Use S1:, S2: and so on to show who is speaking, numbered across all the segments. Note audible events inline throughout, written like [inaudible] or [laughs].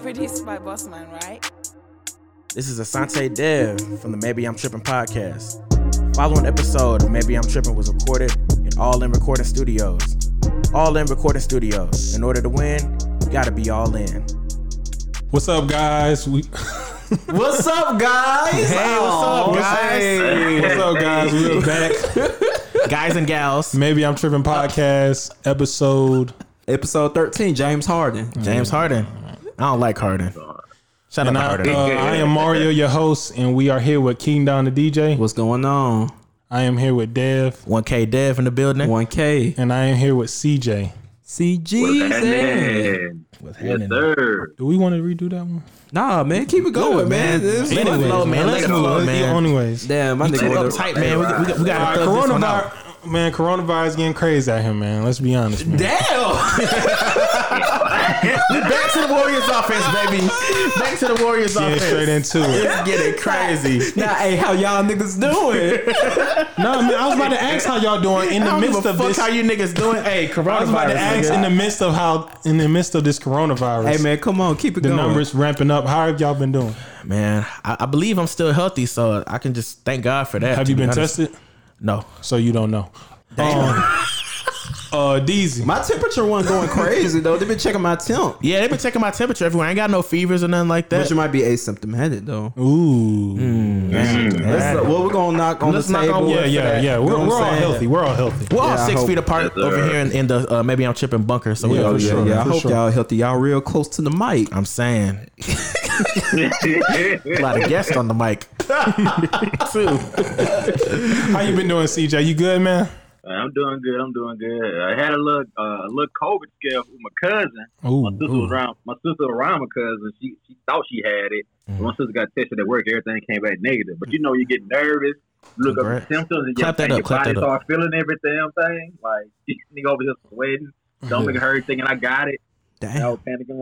S1: Produced by Bossman, right?
S2: This is Asante Dev from the Maybe I'm Tripping podcast. Following episode of Maybe I'm Tripping was recorded at All In Recording Studios. All In Recording Studios. In order to win, you gotta be all in.
S3: What's up, guys? We [laughs]
S4: What's up, guys?
S2: Hey, what's up,
S4: Aw,
S2: guys?
S4: hey.
S3: what's up, guys? We're back.
S2: Guys and gals,
S3: Maybe I'm tripping podcast episode.
S4: Episode 13, James Harden.
S2: Mm. James Harden. I don't like Harden. Shout out
S3: And
S2: to
S3: I,
S2: Harden.
S3: uh, I am Mario, your host, and we are here with King Don the DJ.
S4: What's going on?
S3: I am here with Dev,
S2: 1K Dev in the building.
S4: 1K.
S3: and I am here with CJ.
S4: CG.
S2: With
S5: Yes,
S2: Harden. [laughs]
S5: sir. [laughs]
S3: Do we want to redo that one?
S2: Oh,
S4: Nah, man, keep it going, man. This is-
S2: Anyways,
S3: Anyways,
S2: man, let's move on, man.
S3: Anyways,
S4: Damn, my
S2: Check up
S4: nigga.
S2: tight, man. We, we, we
S3: All right,
S2: gotta thug this one out.
S3: coronavirus, man. Coronavirus getting crazy out here, man. Let's be
S2: [laughs]
S3: honest. Man.
S2: Damn! we back to the Warriors offense, baby. Back to the Warriors
S3: Getting
S2: offense.
S3: straight
S2: [laughs]
S3: into it.
S2: It's getting crazy.
S4: Nah, hey, how y'all niggas doing?
S3: No, man, I was about to ask how y'all doing
S2: [laughs]
S3: in
S2: I
S3: the
S2: don't give
S3: midst
S2: a
S3: of
S2: fuck
S3: this.
S2: how you niggas doing. Hey, coronavirus.
S3: I was about to ask in
S2: nigga.
S3: the midst of how in the midst of this coronavirus.
S4: hey, man, come on, keep it
S3: the
S4: going.
S3: numbers ramping up. How have y'all been doing?
S2: man, I, I believe I'm still healthy, so I can just thank God for that.
S3: Have
S2: to
S3: you
S2: be
S3: been
S2: honest.
S3: tested?
S2: No.
S3: So you don't know. Um, uh, DZ.
S4: My temperature wasn't going crazy, though. They've been checking my temp.
S2: Yeah, they've been checking my temperature everywhere. I ain't got no fevers or nothing like
S4: But
S2: that.
S4: you might be asymptomatic, though.
S3: Ooh.
S4: Let's, uh, well, we're going to knock on
S2: Let's
S4: the
S2: knock
S4: table.
S2: on
S3: Yeah,
S2: wood for
S3: yeah,
S2: that.
S3: yeah.
S4: You know
S3: We're,
S4: what
S3: we're
S4: I'm
S3: all
S4: saying?
S3: healthy. We're all healthy.
S2: We're all
S4: Yeah, I
S2: six
S4: hope-
S2: feet apart
S5: Yes,
S2: over
S5: sir.
S2: here in, in the uh, maybe I'm tripping bunker. So we
S3: Yeah,
S2: all
S3: for
S2: good.
S3: sure.
S4: Yeah, I
S3: for
S4: hope
S3: sure.
S4: y'all healthy. Y'all real close to the mic.
S2: I'm saying a lot of guests on the mic. True.
S3: How you been doing, CJ? You good, man?
S5: I'm doing good. I'm doing good. I had a little, uh, a little COVID scare with my cousin.
S3: Ooh.
S5: My sister was around. My sister was around my cousin. She she thought she had it.
S2: Mm.
S5: My sister got tested at work. Everything came back negative. But you know, you get nervous. You Look
S2: Congrats.
S5: up the symptoms and
S2: Clap
S5: your,
S2: that
S5: and
S2: up,
S5: your
S2: clap
S5: body
S2: that up.
S5: start feeling every damn thing. Like [laughs] this nigga over here sweating, stomach hurt, thinking I got it. And I
S4: Damn.
S5: was panicking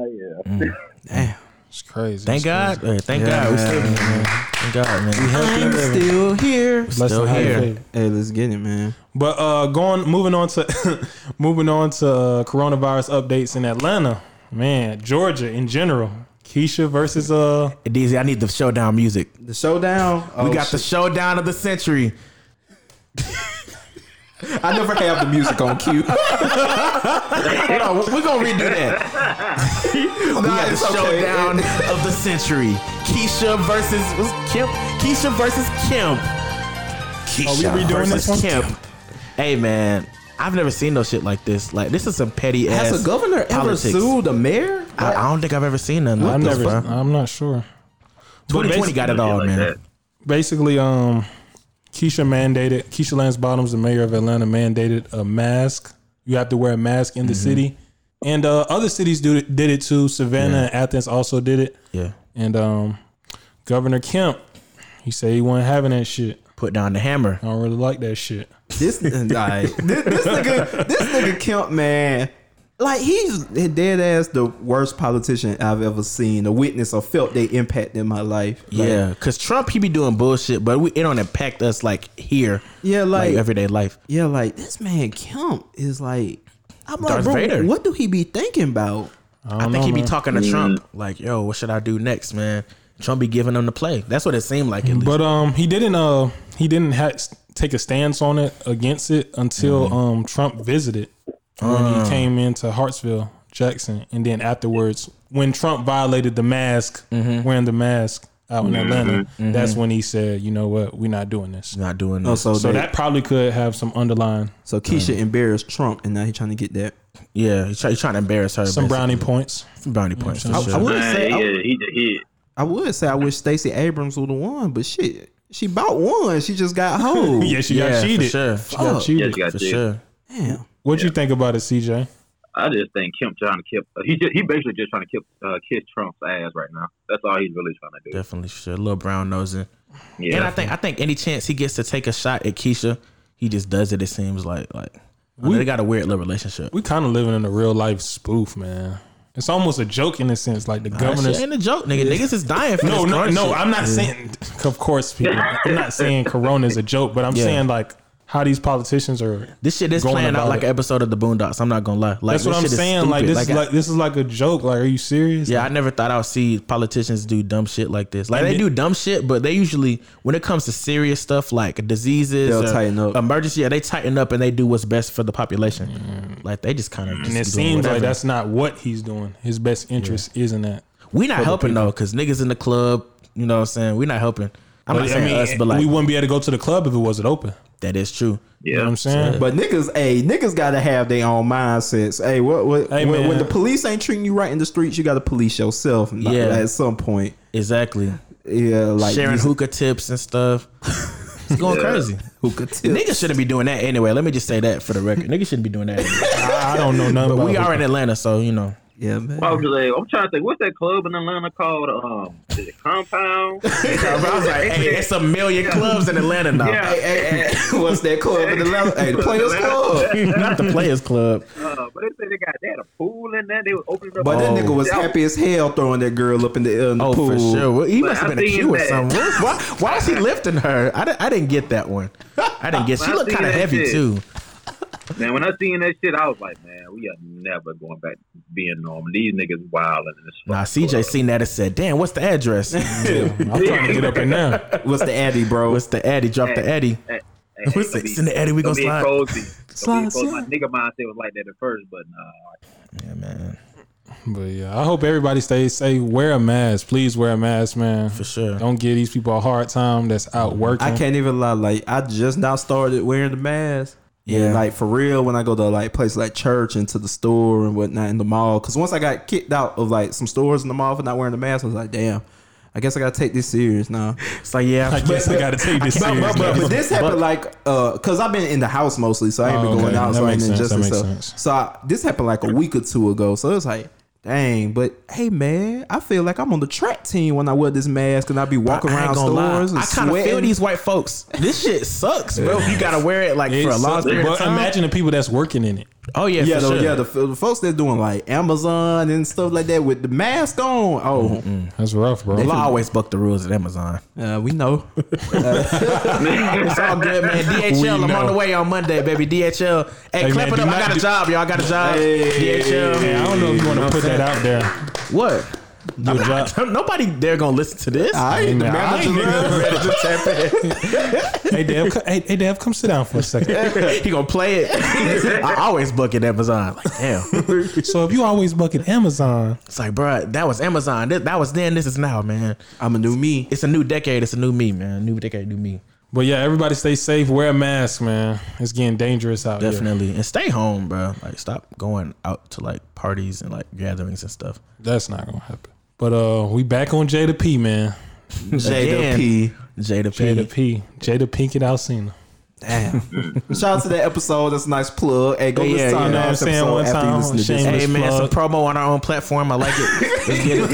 S5: like, yeah.
S4: Damn.
S3: It's crazy.
S2: Thank
S3: It's
S2: God.
S3: crazy.
S2: Hey, thank
S4: Yeah,
S2: God. We
S4: man.
S2: still here, man. Thank God, man.
S4: I'm still here.
S3: Bless
S2: Still
S3: the high
S2: here.
S3: faith.
S4: Hey, let's get it, man.
S3: But uh, going, moving on to, [laughs] moving on to uh, coronavirus updates in Atlanta, man, Georgia in general. Keisha versus uh, Oh,
S2: DZ, I need the showdown music.
S4: The showdown. Oh,
S2: we got the showdown of the century.
S4: the. I never have the music on [laughs] cue.
S2: Hold on, we're gonna redo that.
S4: [laughs]
S2: we got the
S4: it's okay.
S2: showdown of the century. Keisha versus was Kemp. Keisha versus Kemp.
S3: Are we
S2: Keisha
S3: redoing this one?
S2: versus Kemp. Hey man, I've never seen no shit like this. Like this is some petty ass.
S4: Has a governor ever
S2: politics.
S4: sued a mayor?
S2: I, I don't think I've ever seen nothing
S3: I'm
S2: like this,
S3: never,
S2: bro.
S3: I'm not sure. But
S2: 2020 got it all,
S5: Like
S2: man.
S5: that.
S3: basically um Keisha mandated Keisha Lance Bottoms, the mayor of Atlanta, mandated a mask. You have to wear a mask in the city, and uh, other cities do did it too. Savannah and Athens also did it,
S2: Yeah,
S3: and um, Governor Kemp, he said he wasn't having that shit.
S2: put down the hammer.
S3: I don't really like that shit.
S2: [laughs]
S4: This, like, this, this nigga, this nigga Kemp, man. Like he's dead ass the worst politician I've ever seen, a witness or felt they impact in my life. Like,
S2: Yeah, because Trump, he be doing bullshit, but we, it don't impact us like here.
S4: Yeah, like-
S2: everyday life.
S4: yeah, like this man Kemp is like, I'm like,
S2: Darth
S4: bro,
S2: Vader.
S4: what do he be thinking about?
S2: I, think he be talking to Trump, like, yo, what should I do next, man? Trump be giving him the play. That's what it seemed like, at least.
S3: But um, he didn't uh he didn't ha- take a stance on it against it until
S2: Mm-hmm.
S3: um Trump visited when
S2: Ah.
S3: he came into Hartsville, Jackson, and then afterwards when Trump violated the mask,
S2: Mm-hmm.
S3: wearing the mask out in Atlanta, that's when he said, you know what, we're not doing this.
S2: Not doing
S4: Oh,
S2: this.
S4: so,
S3: So
S4: they-
S3: that probably could have some underlying
S4: so Keisha
S2: Mm.
S4: embarrassed Trump, and now he's trying to get that.
S2: yeah, he's try, he trying to embarrass her.
S3: some
S2: basically.
S3: brownie points.
S2: Some brownie points.
S3: I-
S2: for sure.
S4: I would
S5: Man,
S4: say, I-
S5: yeah, he, he,
S4: I would say I wish Stacey Abrams would have won, but shit, she bought one. She just
S2: [laughs]
S4: got hoed.
S3: Yeah, she
S2: Yeah,
S3: got
S2: for
S3: cheated.
S2: sure.
S3: She got
S4: Fuck.
S5: yeah,
S3: cheated.
S5: he got
S2: for
S5: this.
S2: sure.
S4: Damn.
S3: What'd you think about it, CJ?
S5: I just think Kemp trying to kill. He just, he basically just trying to kill, uh, kiss Trump's ass right now. That's all he's really trying to do.
S2: Definitely for sure. A little brown nosing.
S5: Yeah,
S2: And I think I think any chance he gets to take a shot at Keisha, he just does it, it seems like. like I know they got a weird little relationship.
S3: We kind of living in a real life spoof, man. It's almost a joke in a sense, like the
S2: That Ah, shit
S3: governor's
S2: ain't a joke, nigga. Niggas is dying for
S3: No,
S2: this
S3: no,
S2: current
S3: no.
S2: shit.
S3: I'm not saying, of course, people. I'm not saying Corona is a joke, but I'm saying like how these politicians are.
S2: This shit is
S3: Going
S2: playing out
S3: about
S2: like
S3: it.
S2: an episode of the Boondocks. I'm not gonna lie. Like
S3: That's what
S2: this
S3: I'm
S2: shit is
S3: saying. Like
S2: stupid.
S3: this is like this is like a joke. Like, are you serious?
S2: Yeah, I never thought I would see politicians do dumb shit like this. Like
S3: And
S2: they
S3: it-
S2: do dumb shit, but they usually when it comes to serious stuff like diseases,
S4: They'll
S2: or
S4: tighten up.
S2: emergency. Yeah, they tighten up and they do what's best for the population. Like they just kind of.
S3: and it seems like that's not what he's doing. His best interest isn't that.
S2: we not helping though, because niggas in the club, you know what I'm saying? We not helping. I'm not
S3: But,
S2: saying us, but like
S3: we wouldn't be able to go to the club if it wasn't open.
S2: that is true.
S3: You know what I'm saying?
S4: But niggas, hey, niggas gotta have their own mindsets. Hey, what, what
S3: Hey,
S4: when, when
S3: man.
S4: the police ain't treating you right in the streets, you gotta police yourself. Like,
S2: Yeah.
S4: at some point,
S2: Exactly.
S4: yeah, like
S2: Sharing
S4: these
S2: hookah tips and stuff. It's going crazy.
S4: hookah tips.
S2: Niggas shouldn't be doing that anyway. Let me just say that for the record. Niggas shouldn't be doing that.
S3: [laughs]
S2: anyway.
S3: I, I don't know nothing.
S2: But
S3: about
S2: we
S3: it.
S2: are in Atlanta, so you know.
S4: yeah, man.
S5: I was like, I'm trying to think, what's that club in Atlanta called? Um, is it
S2: [laughs]
S5: Compound?
S2: I was
S4: [laughs]
S2: like, hey, it's a million clubs in Atlanta now. [laughs]
S5: Yeah.
S4: Hey, hey, hey, what's that club in the left? Hey, the Players Club.
S2: Not the Players Club.
S5: Uh, but they said they got they had a pool in there. They was opening up.
S4: But that
S5: all-
S4: nigga was
S5: Yeah,
S4: happy as hell throwing that girl up in the, uh, in the
S2: Oh,
S4: pool.
S2: for sure. Well, he
S5: But
S2: must have
S5: I
S2: been a
S5: seen
S2: Q or
S5: that.
S2: something. Why, why is he lifting her? I, di- I didn't get that one. I didn't get. She
S5: I
S2: looked
S5: seen
S2: kind of
S5: that
S2: heavy
S5: shit.
S2: too.
S5: Man, when I seen that shit, I was like, man, we are never going back to being normal. These niggas wilding in this.
S2: Nah,
S5: fucking
S2: CJ seen that and said, "Damn, what's the address?
S3: I'm trying to get up in there.
S4: What's the Addy, bro?
S2: what's the Addy? Drop the Addy."
S5: Hey, hey,
S2: [laughs] What's
S5: don't
S2: it?
S5: be-
S2: It's in the Eddie, we
S5: don't
S2: gonna
S5: be
S2: slide.
S5: cozy. Don't
S2: [laughs]
S5: be
S2: Slide,
S5: cozy. My nigga mindset was like that at first, but nah.
S2: Yeah, man,
S3: But yeah, I hope everybody stays safe. Wear a mask, please. Wear a mask, man.
S2: for sure.
S3: Don't give these people a hard time. That's out working.
S4: I can't even lie. Like I just now started wearing the mask. Yeah,
S2: Yeah.
S4: like for real, when I go to like places like church and to the store and whatnot in the mall, because once I got kicked out of like some stores in the mall for not wearing the mask, I was like, damn, I guess I gotta take this serious now.
S2: It's like,
S4: [laughs]
S2: yeah,
S3: I guess I got to take this
S4: But,
S3: serious.
S4: but, but,
S3: now.
S4: but this happened like uh because I've been in the house mostly, so I ain't
S3: Oh,
S4: been going
S3: okay.
S4: out,
S3: That
S4: so I
S3: makes
S4: ain't been
S3: sense. That
S4: adjusting
S3: makes
S4: stuff.
S3: sense.
S4: So I, this happened like a week or two ago. So it's like, dang, but hey man, I feel like I'm on the track team when I wear this mask and I be
S2: I
S4: walking
S2: ain't
S4: around
S2: gonna lie.
S4: stores and
S2: I kind of feel
S4: sweating.
S2: these white folks. This shit sucks, bro. You gotta wear it like
S3: It's-
S2: for a long period of
S3: but
S2: time.
S3: imagine the people that's working in it.
S2: oh yeah,
S4: Yeah,
S2: for
S4: though,
S2: sure.
S4: yeah, the, the folks that's doing like Amazon and stuff like that with the mask on. Oh,
S3: That's rough, bro.
S2: Well, I always buck the rules at Amazon.
S4: uh, we know. [laughs]
S2: It's
S5: [laughs]
S2: all good, man. DHL,
S3: We
S2: I'm
S3: know.
S2: on the way on Monday, baby. DHL. Hey,
S3: Hey,
S2: clap
S3: man,
S2: it
S3: do
S2: up. I
S3: not
S2: got a
S3: do-
S2: job, y'all. I got a job. DHL.
S3: Man, I don't know if you want to put that out there.
S2: What? [laughs]
S3: Your job.
S2: [laughs] Nobody there gonna listen to this.
S4: I ain't the
S3: Nah, I
S2: [laughs]
S3: ain't
S4: manager.
S3: Hey, Dev, co- hey, hey, Dev, come sit down for a second.
S2: he gonna play it. I always book at Amazon. Like, damn.
S3: So if you always bucket Amazon,
S2: It's like, bro, that was Amazon. That, that was then. This is now, man.
S4: I'm a new me.
S2: It's a new decade. It's a new me, man. New decade, new me.
S3: but yeah, everybody stay safe. Wear a mask, man. It's getting dangerous out here.
S2: Definitely. And stay home, bro. Like, stop going out to like parties and like gatherings and stuff.
S3: That's not gonna happen. But uh, we back on Jada P, man.
S4: [laughs] Jada P.
S2: Jada P.
S3: Jada P. Jada Pinkett Alcina.
S4: Damn. [laughs] Shout out to that episode. That's a nice plug. Hey, go
S2: Yeah,
S4: listen to
S2: you
S4: our
S2: know
S3: what I'm
S4: last
S3: saying?
S4: episode
S3: One
S4: after you
S3: time,
S4: listen to this.
S3: shame.
S2: Hey man,
S3: plug.
S2: it's a promo on our own platform. I like it. Let's get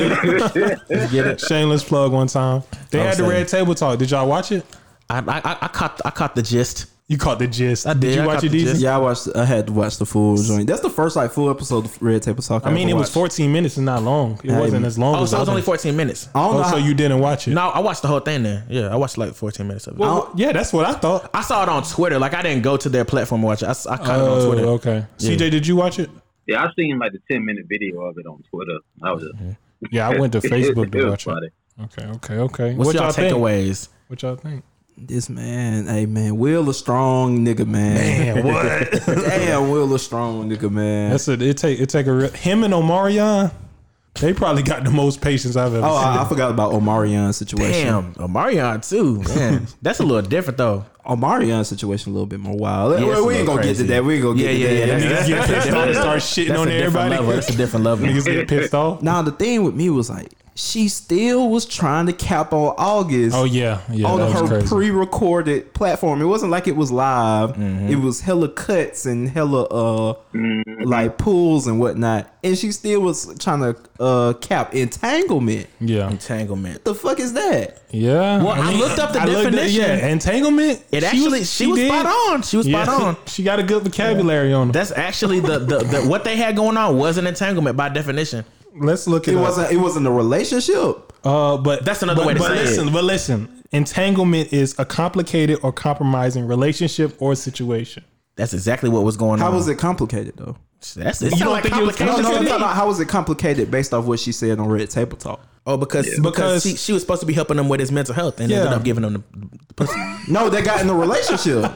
S4: [laughs]
S2: it. Let's get it.
S3: Shameless plug one time. They
S2: I'm
S3: had the
S2: saying.
S3: Red Table Talk. Did y'all watch it?
S2: I, I I- I caught I caught the gist.
S3: You caught the gist.
S2: did.
S3: you
S2: I
S3: watch
S2: caught
S3: it,
S2: the
S3: Deezy?
S2: gist.
S4: Yeah, I watched. I had to watch the full joint. That's the first like full episode of Red Table Talk.
S3: I mean,
S4: ever
S3: it was
S4: watched.
S3: 14 minutes and not long. It wasn't as long
S2: Oh,
S3: as
S2: so it was
S3: other-
S2: only 14 minutes.
S4: I don't know.
S3: Oh, so
S4: how-
S3: you didn't watch it?
S2: No, I watched the whole thing then. Yeah, I watched like 14 minutes of it.
S3: Well, [laughs] yeah, that's what I thought.
S2: I saw it on Twitter. Like I didn't go to their platform and watch it. I, s- I caught it on
S3: Oh,
S2: Twitter.
S3: okay. CJ, did you watch it?
S5: Yeah, I seen like the ten minute video of it on Twitter. I was just
S3: Yeah, I went to
S5: it- it-
S3: Facebook
S5: it
S3: to
S5: was
S3: watch it.
S5: funny.
S3: Okay, okay, okay.
S2: What's
S3: what
S2: y'all,
S3: y'all think?
S2: takeaways?
S3: What y'all think?
S4: this man, hey man, Will a strong nigga man.
S3: Man, what?
S4: [laughs] Damn, Will a strong nigga man.
S3: That's it. It take it take a real, him and Omarion. They probably got the most patience I've ever
S4: Oh,
S3: [laughs] seen.
S4: I, I forgot about Omarion's situation.
S2: Damn, Omarion too. [laughs] Man, that's a little different though.
S4: Omarion's situation a little bit more wild.
S2: Yeah, it's a
S4: we ain't
S2: little
S4: gonna get
S2: crazy.
S4: to that. We ain't gonna
S2: Yeah,
S4: get
S2: yeah,
S4: to
S2: yeah.
S4: that.
S2: That's-
S3: Niggas
S2: that's-
S3: get
S2: that's-
S3: pissed off and start
S2: that's-
S3: shitting
S2: that's
S3: on
S2: a different
S3: everybody.
S2: level. That's a different level.
S3: Niggas get pissed off.
S4: Now the thing with me was like she still was trying to cap on August
S3: Oh yeah, yeah.
S4: on
S3: that was
S4: her
S3: crazy.
S4: pre-recorded platform. It wasn't like it was live.
S2: Mm-hmm.
S4: It was hella cuts and hella uh like pulls and whatnot. And she still was trying to uh cap entanglement.
S3: yeah,
S2: Entanglement.
S4: The fuck is that?
S3: yeah.
S2: Well, I looked up the
S3: looked
S2: definition.
S3: yeah, entanglement.
S2: It actually she, was
S3: did.
S2: spot on. She was
S3: Yeah,
S2: spot on.
S3: [laughs] She got a good vocabulary on. Her.
S2: That's actually the, the, the what they had going on was an entanglement by definition.
S3: Let's look
S4: It
S3: it, up.
S4: wasn't. It wasn't a relationship.
S3: Uh, but
S2: That's another
S3: but,
S2: way to
S3: but
S2: say it.
S3: listen, But listen, Entanglement is a complicated or compromising relationship or situation.
S2: That's exactly what was going
S4: How
S2: on.
S4: was it complicated though?
S2: That's
S3: You don't
S2: like
S3: think it was
S4: No,
S2: complications
S4: no,
S2: to
S4: I'm
S2: me.
S4: talking about how was it complicated based off what she said on Red Table Talk?
S2: Oh, because because,
S3: Because-
S2: she, she was supposed to be helping him with his mental health and
S3: Yeah.
S2: ended up giving him the pussy.
S4: No, they got in
S2: [laughs]
S4: a relationship.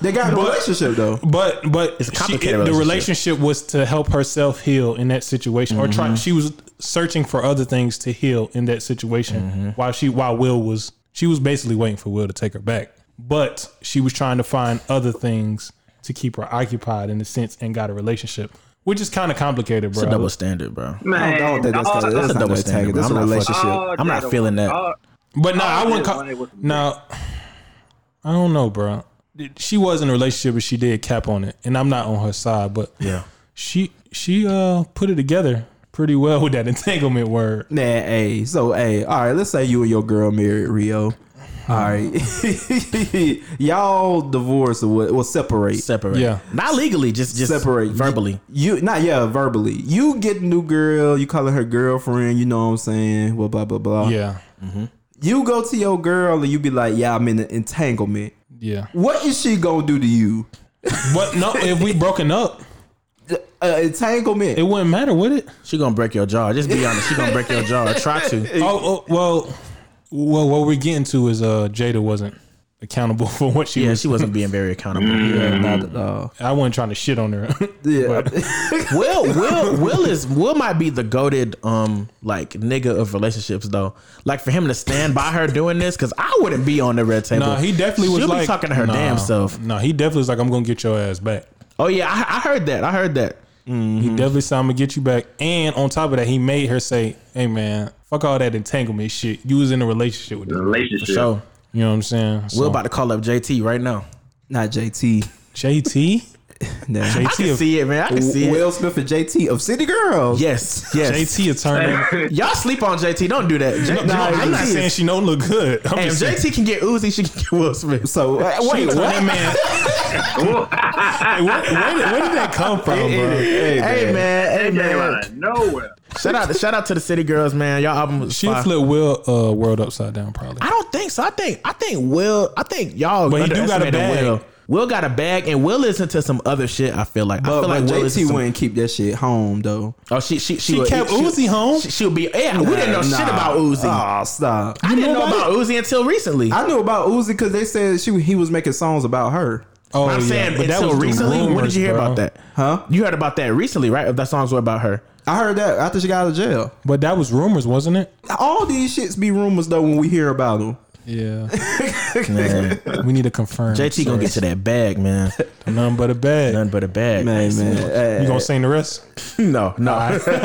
S4: they got in a relationship though.
S3: But but
S2: It's a
S3: she-
S2: complicated
S3: the
S2: relationship.
S3: relationship was to help herself heal in that situation, or try. She was searching for other things to heal in that situation while she while Will was she was basically waiting for Will to take her back, but she was trying to find other things to keep her occupied in a sense, and got a relationship, which is kind of complicated, bro.
S2: It's a double standard, bro.
S4: I don't, I don't think that's,
S5: all-
S4: that's,
S2: a
S4: not
S2: double
S4: double
S2: standard,
S4: standard. That's a
S2: bro. I'm not
S4: relationship.
S2: fucking-
S5: all
S2: I'm not
S5: that-
S2: feeling that.
S5: all-
S3: But no, I
S5: I
S3: wouldn't.
S5: did
S3: Call,
S5: wanted was some
S3: no, I don't know, bro. She was in a relationship, but she did cap on it, and I'm not on her side. But
S2: Yeah.
S3: she she uh put it together pretty well with that [laughs] entanglement word.
S4: Nah, hey, so hey, all right, let's say you and your girl married Rio. All right. [laughs] Y'all divorce or what well separate.
S2: Separate.
S3: Yeah.
S2: Not legally, just just
S4: separate
S2: verbally.
S4: You not yeah, verbally. You get a new girl, you calling her girlfriend, you know what I'm saying? Well blah blah blah.
S3: Yeah,
S4: You go to your girl and you be like, Yeah, I'm in an entanglement.
S3: yeah.
S4: What is she gonna do to you?
S3: But no, if we broken up,
S4: Uh, entanglement.
S3: it wouldn't matter, would it?
S2: She gonna break your jaw. Just be honest. She gonna break your
S3: [laughs]
S2: jaw. Or try to.
S3: Oh, oh well, well, what we're getting to is uh Jada wasn't accountable [laughs] for what she
S2: Yeah,
S3: was.
S2: she wasn't being very accountable.
S4: yeah, mm. not at all.
S3: I wasn't trying to shit on her.
S4: Yeah.
S3: But-
S2: Will Will Will is Will might be the goaded um like nigga of relationships though. Like for him to stand by her doing this, because I wouldn't be on the red table.
S3: Nah, he definitely was
S2: She'll
S3: like
S2: be talking to her damn self.
S3: No, he definitely was like, "I'm gonna get your ass back."
S2: Oh yeah, I, I heard that. I heard that.
S3: He definitely said, "I'm gonna get you back." And on top of that, he made her say, "Hey man, fuck all that entanglement shit. You was in a relationship with this."
S2: For
S5: relationship.
S2: sure.
S3: You know what I'm saying? So,
S2: We're about to call up JT right now.
S4: Not JT.
S2: [laughs]
S3: JT.
S4: Nah.
S2: I can see it, man. I can see it.
S4: Will Smith and JT of City Girls.
S2: Yes, yes.
S3: JT attorney.
S2: Y'all sleep on JT. Don't do that. J-
S3: No, I'm not
S2: JT
S3: saying she don't look good. I'm
S2: Hey, if
S3: just saying,
S2: JT can get Uzi, she can get Will Smith.
S4: So uh,
S3: she
S4: wait,
S3: turned
S4: what?
S3: that man. Hey, where, where did- where did that come from, bro?
S4: Hey,
S2: Hey man, hey
S5: Came
S2: man.
S5: out of nowhere.
S2: Shout out, shout out to the City Girls, man. Y'all album was
S3: She
S2: fire.
S3: flip Will uh, world upside down, probably.
S2: I don't think so. I think I think Will. I think y'all.
S3: But he do got a
S2: underestimated
S3: bag.
S2: Will. Will got a bag, and Will listen to some other shit. I feel like. I
S4: But,
S2: feel like
S4: but
S2: Will listens
S4: JT
S2: to-
S4: wouldn't keep that shit home though.
S2: Oh, she she she,
S3: She
S2: would-
S3: kept
S2: she-
S3: Uzi home.
S2: She, she would be. Yeah, we didn't know
S4: Nah,
S2: shit
S4: nah.
S2: about Uzi.
S4: Aw, stop.
S2: I didn't know
S3: know
S2: about Uzi until recently.
S4: I knew about Uzi because they said she he was making songs about her.
S3: oh,
S2: I'm
S3: yeah,
S2: saying
S3: but that
S2: until
S3: was the
S2: recently. when did
S3: rumors,
S2: you hear
S3: bro.
S2: about that?
S4: Huh?
S2: You heard about that recently, right? If that songs were about her.
S4: I heard that after she got out of jail.
S3: But that was rumors, wasn't it?
S4: All these shits be rumors though when we hear about them.
S2: [laughs]
S3: Yeah. we need to confirm.
S2: JT gonna get to that bag,
S4: [laughs]
S2: man.
S3: None but a bag.
S2: Nothing but a bag.
S4: Man, man. eh,
S3: You gonna sing the rest?
S2: [laughs] No, no.
S5: Okay.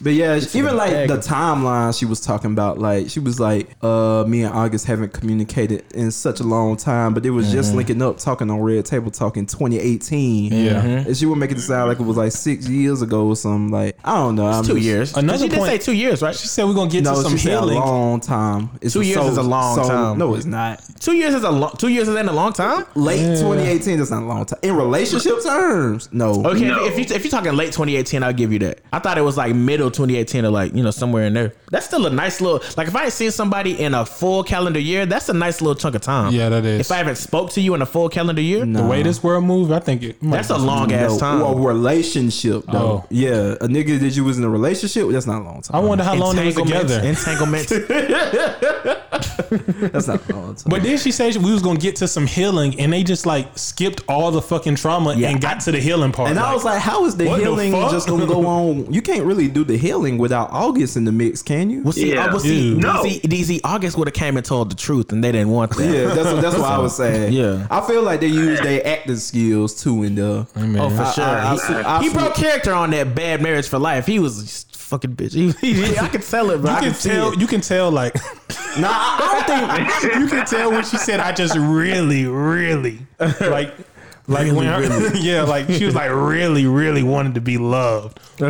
S4: But yeah, even like the timeline she was talking about, like she was like, uh, me and August haven't communicated in such a long time, but they was
S3: Mm-hmm.
S4: just linking up talking on Red Table Talk in 2018.
S3: Yeah.
S2: Mm-hmm.
S3: Mhm.
S4: And she would make it sound like it was like six years ago or something. Like, I don't know. I'm
S2: two
S4: just-
S2: years. Another
S3: Another
S2: she
S3: point-
S2: did say two years, right?
S3: She said we're gonna get
S4: No,
S3: to some
S4: she said a
S3: healing.
S4: long time. It's
S2: Two years is a long time.
S4: No, it's not.
S2: Two years is a long. Two years isn't a long time.
S4: Late 2018 is not a long time. In relationship terms, no.
S2: Okay,
S5: No.
S2: if, if you if you're talking late 2018, I'll give you that. I thought it was like middle 2018 or like you know somewhere in there. That's still a nice little like if I had seen somebody in a full calendar year, that's a nice little chunk of time.
S3: Yeah, that is.
S2: If I haven't spoke to you in a full calendar year,
S3: the way this world moves, I think it. might
S2: that's
S3: be
S2: a
S3: some-
S2: long ass
S4: No,
S2: time.
S4: Or relationship though.
S3: Oh.
S4: Yeah, a nigga that you was in a relationship. That's not a long time.
S3: I wonder how long they was together.
S2: entanglements.
S3: [laughs]
S4: That's not a long time.
S3: But then she said we was gonna get to some healing, and they just like skipped all the fucking trauma
S2: Yeah, [laughs]
S3: and got to the healing part.
S4: And I was like, how is the
S3: what the
S4: healing
S3: fuck?
S4: just gonna go on? You can't really do the healing without August in the mix, can you?
S2: Well, see,
S5: Yeah.
S2: I was see,
S3: Ew.
S5: No.
S2: DZ, DZ August would have came and told the truth, and they didn't want that.
S4: yeah, that's what, that's what I was saying.
S2: Yeah.
S4: I feel like they use their acting skills too in the.
S2: Oh, for
S4: I-
S2: sure.
S4: I- I
S2: He-
S4: see- I
S2: he
S4: see-
S2: broke character on that bad marriage for life. He was just fucking bitch. He, he- I could tell it, bro. I
S3: you
S2: could
S3: can tell. You can tell like. [laughs]
S4: Nah, [laughs] I, I think
S3: you can tell when she said, "I just
S2: [laughs]
S3: really, really like." Like when her, [laughs] yeah, like she was like really, really wanted to be
S2: [laughs]
S3: loved. I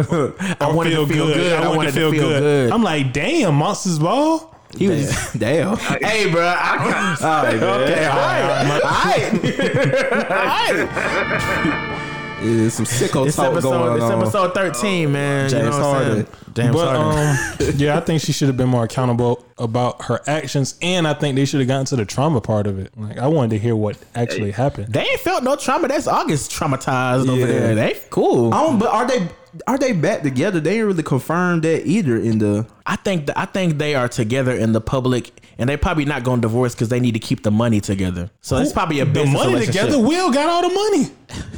S2: wanted to feel good. I wanted to feel good.
S3: I'm like, damn, monsters ball.
S2: He was. [laughs]
S4: damn.
S2: Hey, bro. [laughs] I,
S4: All right, man.
S2: okay, all right.
S4: All right. It's some sicko
S2: It's
S4: talk
S2: episode,
S4: going
S2: it's
S4: on.
S2: episode 13, man. you
S4: James
S2: know what I'm saying? James
S3: but
S2: Harden.
S3: um, yeah, I think she should have been more accountable about her actions, and I think they should have gotten to the trauma part of it. Like, I wanted to hear what actually happened.
S2: they ain't felt no trauma. That's August traumatized over
S4: Yeah.
S2: there. They cool.
S4: I don't, but are they are they back together? They ain't really confirmed that either in the
S2: I think th- I think they are together in the public, and they probably not going to divorce because they need to keep the money together. So it's probably a
S3: The
S2: business
S3: money
S2: relationship.
S3: together. Will got all the money.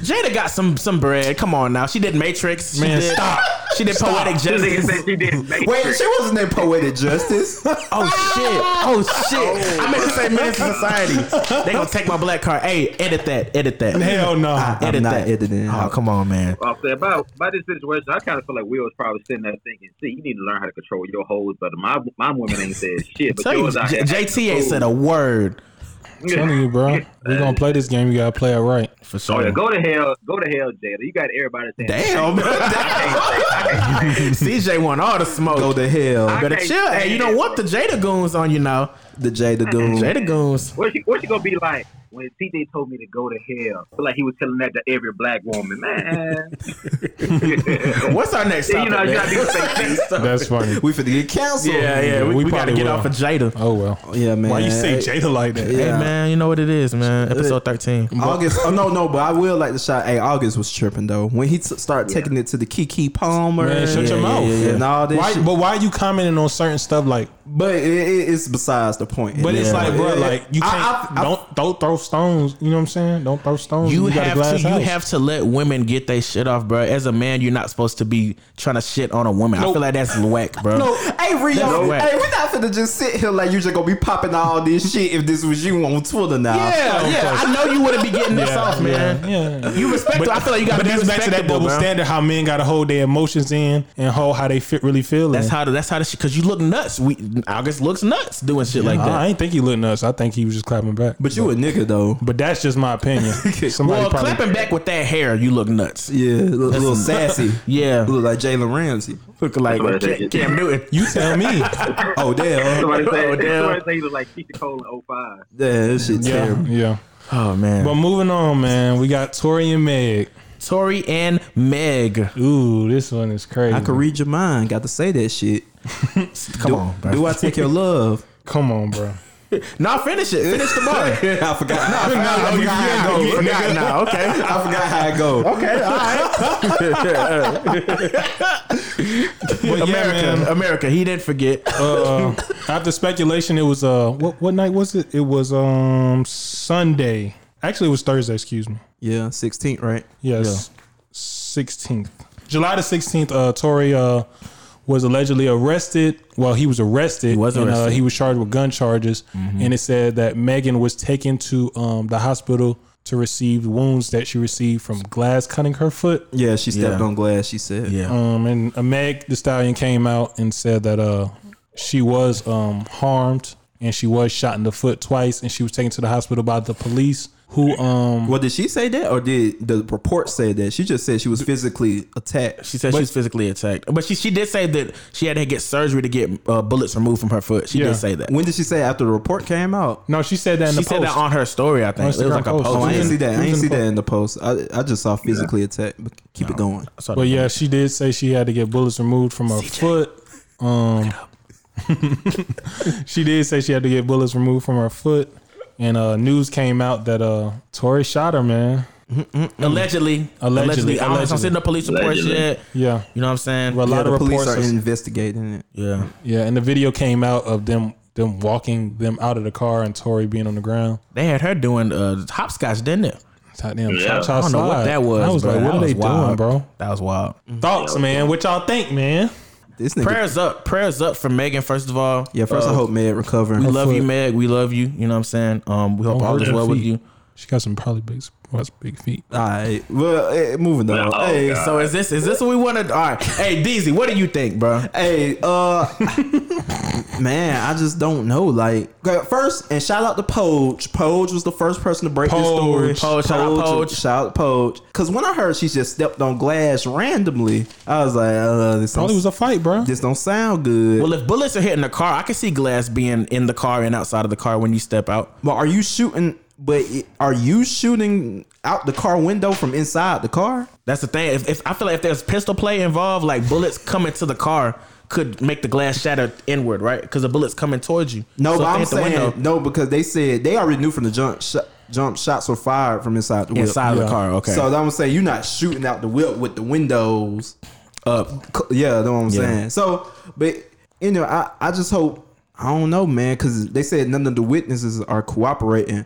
S2: Jada got some some bread. Come on now, she did Matrix. She
S3: Man,
S2: did,
S3: stop.
S2: She did poetic
S5: Nigga
S2: justice.
S5: said she did Matrix.
S4: Wait, she wasn't in poetic justice.
S2: [laughs] Oh shit! Oh shit! I'm in the same minutes of society. They gonna take my black card. Hey, edit that. Edit that.
S3: Hell no.
S4: I- I'm
S2: Edit
S4: not
S2: that.
S4: editing.
S2: Oh come on, man.
S5: Well, I'll say about about this situation, I kind of feel like Will was probably sitting there thinking, "See, you need to learn how to control your hoes." But my my women ain't said shit. But
S2: Tell you,
S5: yours out
S2: J-
S5: here
S2: JT ain't said a word
S3: I'm telling you, bro. We're gonna play this game. You gotta play it right.
S2: for
S5: Oh yeah,
S2: sure.
S5: go to hell, go to hell, Jada. You got everybody saying, [laughs]
S2: Damn. CJ want all the smoke.
S4: Go to
S5: I
S4: hell.
S2: Better
S5: can't
S2: chill. Hey, you don't
S5: stand
S2: want the
S5: it.
S2: Jada goons on you now.
S4: The Jada Goon.
S2: Jada goons.
S5: What's she, what's she gonna be like when TJ told me to go to hell? Feel like he was telling that to every black
S2: [laughs]
S5: woman, man.
S2: What's our next
S5: Yeah,
S2: topic?
S5: you know, you
S2: man?
S5: gotta be fake.
S4: [laughs]
S3: That's funny.
S4: We finna get canceled.
S2: yeah, yeah. We,
S3: we
S2: we gotta
S3: probably
S2: get
S3: will.
S2: off of Jada.
S3: Oh well.
S4: yeah, man.
S3: Why you say Jada like that?
S4: Yeah.
S2: Hey man, you know what it is, man. Episode thirteen.
S4: August? Oh no, no. But I will like to shout. Hey, August was tripping though when he t- started taking it to the Kiki Palmer.
S3: Man, shut your
S4: and-
S3: mouth.
S4: And all this.
S3: Why,
S4: shit.
S3: but why are you commenting on certain stuff like?
S4: But it, it, it's besides the point.
S3: But it's
S4: Yeah.
S3: like, bro,
S4: Yeah.
S3: like you
S4: I-
S3: can't
S4: I- I-
S3: don't don't throw stones. You know what I'm saying? Don't throw stones.
S2: You,
S3: when got a
S2: have to.
S3: glass
S2: You
S3: house.
S2: have to let women get their shit off, bro. As a man, you're not supposed to be trying to shit on a woman. I feel like that's whack, Uh, bro.
S4: No, hey Rio,
S2: That's whack.
S4: hey, we're not finna just sit here like you just gonna be popping all this shit if this was you on Twitter now.
S2: Yeah, yeah. I know you wouldn't be getting this
S3: Yeah,
S2: off, man.
S3: Yeah, yeah.
S2: You respect. I feel like you gotta
S3: But
S2: be
S3: that's back to that
S2: respectable,
S3: double
S2: bro.
S3: standard. How men gotta hold their emotions in and hold how they fit really feel.
S2: That's
S3: in.
S2: how. That's how. This, Cause you look nuts. We August looks nuts doing shit like that.
S3: I, I ain't think he looked nuts. I think he was just clapping back. But
S4: But you a nigga though.
S3: but that's just my opinion. Somebody
S2: Well,
S3: probably
S2: clapping back with that hair, you look nuts.
S4: Yeah, a little, little sassy.
S2: Yeah.
S4: Look like Jalen Ramsey.
S2: Look like
S5: Somebody said
S2: Cam,
S5: it.
S2: Cam Newton.
S3: You tell me.
S4: Oh damn.
S5: Somebody
S4: [laughs]
S2: Oh,
S5: said,
S2: damn.
S5: somebody said he was like Keisha Cole in 05.
S4: Yeah, that shit
S3: yeah,
S4: terrible.
S3: yeah.
S2: Oh man,
S3: But moving on, man. We got Tori and Meg.
S2: Tori and Meg.
S3: Ooh, this one is crazy.
S4: I could read your mind. Got to say that shit.
S2: Mm-hmm. Come
S4: do,
S2: on, bro.
S4: do I take your love?
S3: Come on, bro.
S2: no, finish [laughs] it. [laughs] Finish the bar.
S4: [laughs] I forgot. No, I forgot,
S3: no,
S4: I
S3: you-
S4: forgot how
S3: you
S4: it go.
S2: nah, nah, okay.
S4: [laughs] I forgot how it go.
S2: Okay, [laughs] all right.
S3: But yeah,
S2: America,
S3: man.
S2: America. He didn't forget.
S3: [laughs] Uh, after speculation, it was uh, what what night was it? It was um Sunday. Actually, it was Thursday. Excuse me.
S4: Yeah, 16th, right?
S3: Yes, sixteenth, July the sixteenth. Uh, Tory uh was allegedly arrested. Well, he was arrested. He
S2: was
S3: Uh,
S2: arrested. Mm-hmm.
S3: he was charged with gun charges, and it said that Megan was taken to um the hospital to receive wounds that she received from glass cutting her foot.
S4: Yeah, she stepped
S2: Yeah.
S4: on glass, she said.
S2: Yeah.
S3: Um, and uh, Meg the Stallion came out and said that uh, she was um, harmed and she was shot in the foot twice, and she was taken to the hospital by the police. Who um,
S4: Well, did she say that or did the report say that? She just said she was physically attacked.
S2: She said she was physically attacked, but she she did say that she had to get surgery to get uh, bullets removed from her foot. She
S3: Yeah.
S2: did say that.
S4: When did she say after the report came out?
S3: no, she said that in
S2: She
S3: the
S2: said
S3: post.
S2: that on her story. I think it was
S3: Instagram
S2: like a
S3: post.
S2: post.
S4: Oh, I didn't see that. I
S3: Who's
S4: didn't
S3: in
S4: see
S3: the
S4: that in the post. I, I just saw physically attacked. But keep it going.
S2: I saw that.
S3: but yeah, she did say she had to get bullets removed from her foot. Um, [laughs] she did say she had to get bullets removed from her foot, and uh, news came out that uh, Tori shot her, man.
S2: allegedly,
S3: Allegedly,
S2: allegedly. I don't- I don't see
S3: allegedly.
S2: no police report
S5: Allegedly.
S2: yet.
S3: Yeah,
S2: You know what I'm saying?
S3: Well, a lot
S4: Yeah,
S3: of
S4: the police
S3: reports
S4: are
S3: is-
S4: investigating it.
S2: yeah.
S3: yeah, and the video came out of them them walking them out of the car and Tori being on the ground.
S2: They had her doing uh, hopscotch, didn't it?
S3: Goddamn,
S5: Yeah.
S3: cha cha
S2: I don't know what that was.
S3: I was
S2: bro.
S3: like, what
S2: That
S3: are they
S2: was wild.
S3: doing, bro?
S2: That was wild.
S3: Thoughts, man. What y'all think, man?
S4: This nigga.
S2: Prayers up. Prayers up for Megan, first of all.
S4: Yeah, first I hope Med recovering.
S2: We love
S3: foot.
S2: you, Meg. We love you. You know what I'm saying? Um, we hope
S4: Oh,
S2: all
S3: hurt
S2: is
S3: her
S2: well with
S3: feet.
S2: you.
S3: She got some probably big, well, that's big feet.
S4: All right. Well, eh, moving on.
S5: Oh,
S4: hey,
S5: God.
S2: So is this is this what we want to? All right. Hey, Deezy, what do you think, bro?
S4: Hey, uh, [laughs] man, I just don't know. Like, okay, first, and shout out to Poach. Poach was the first person to break
S3: Poach.
S4: this story.
S2: Poach, shout out Poach.
S4: Shout out to Poach. Because when I heard she just stepped on glass randomly, I was like, uh, this don't,
S3: Probably was a fight, bro.
S4: this don't sound good.
S2: Well, if bullets are hitting the car, I can see glass being in the car and outside of the car when you step out.
S4: but are you shooting? But it, are you shooting out the car window from inside the car?
S2: That's the thing. If, if I feel like if there's pistol play involved, like bullets coming to the car could make the glass shatter inward, right? Because the bullets coming towards you.
S4: No,
S2: So if
S4: but
S2: they
S4: I'm
S2: hit the
S4: saying
S2: window-
S4: no because they said they already knew from the jump sh- jump shots were fired from inside the whip.
S2: inside of the
S3: Yeah.
S2: car. Okay.
S4: So that I'm saying you're not shooting out the whip with the windows up. Co- Yeah, that's what I'm
S2: Yeah.
S4: saying. So, but you know, I I just hope I don't know, man, because they said none of the witnesses are cooperating.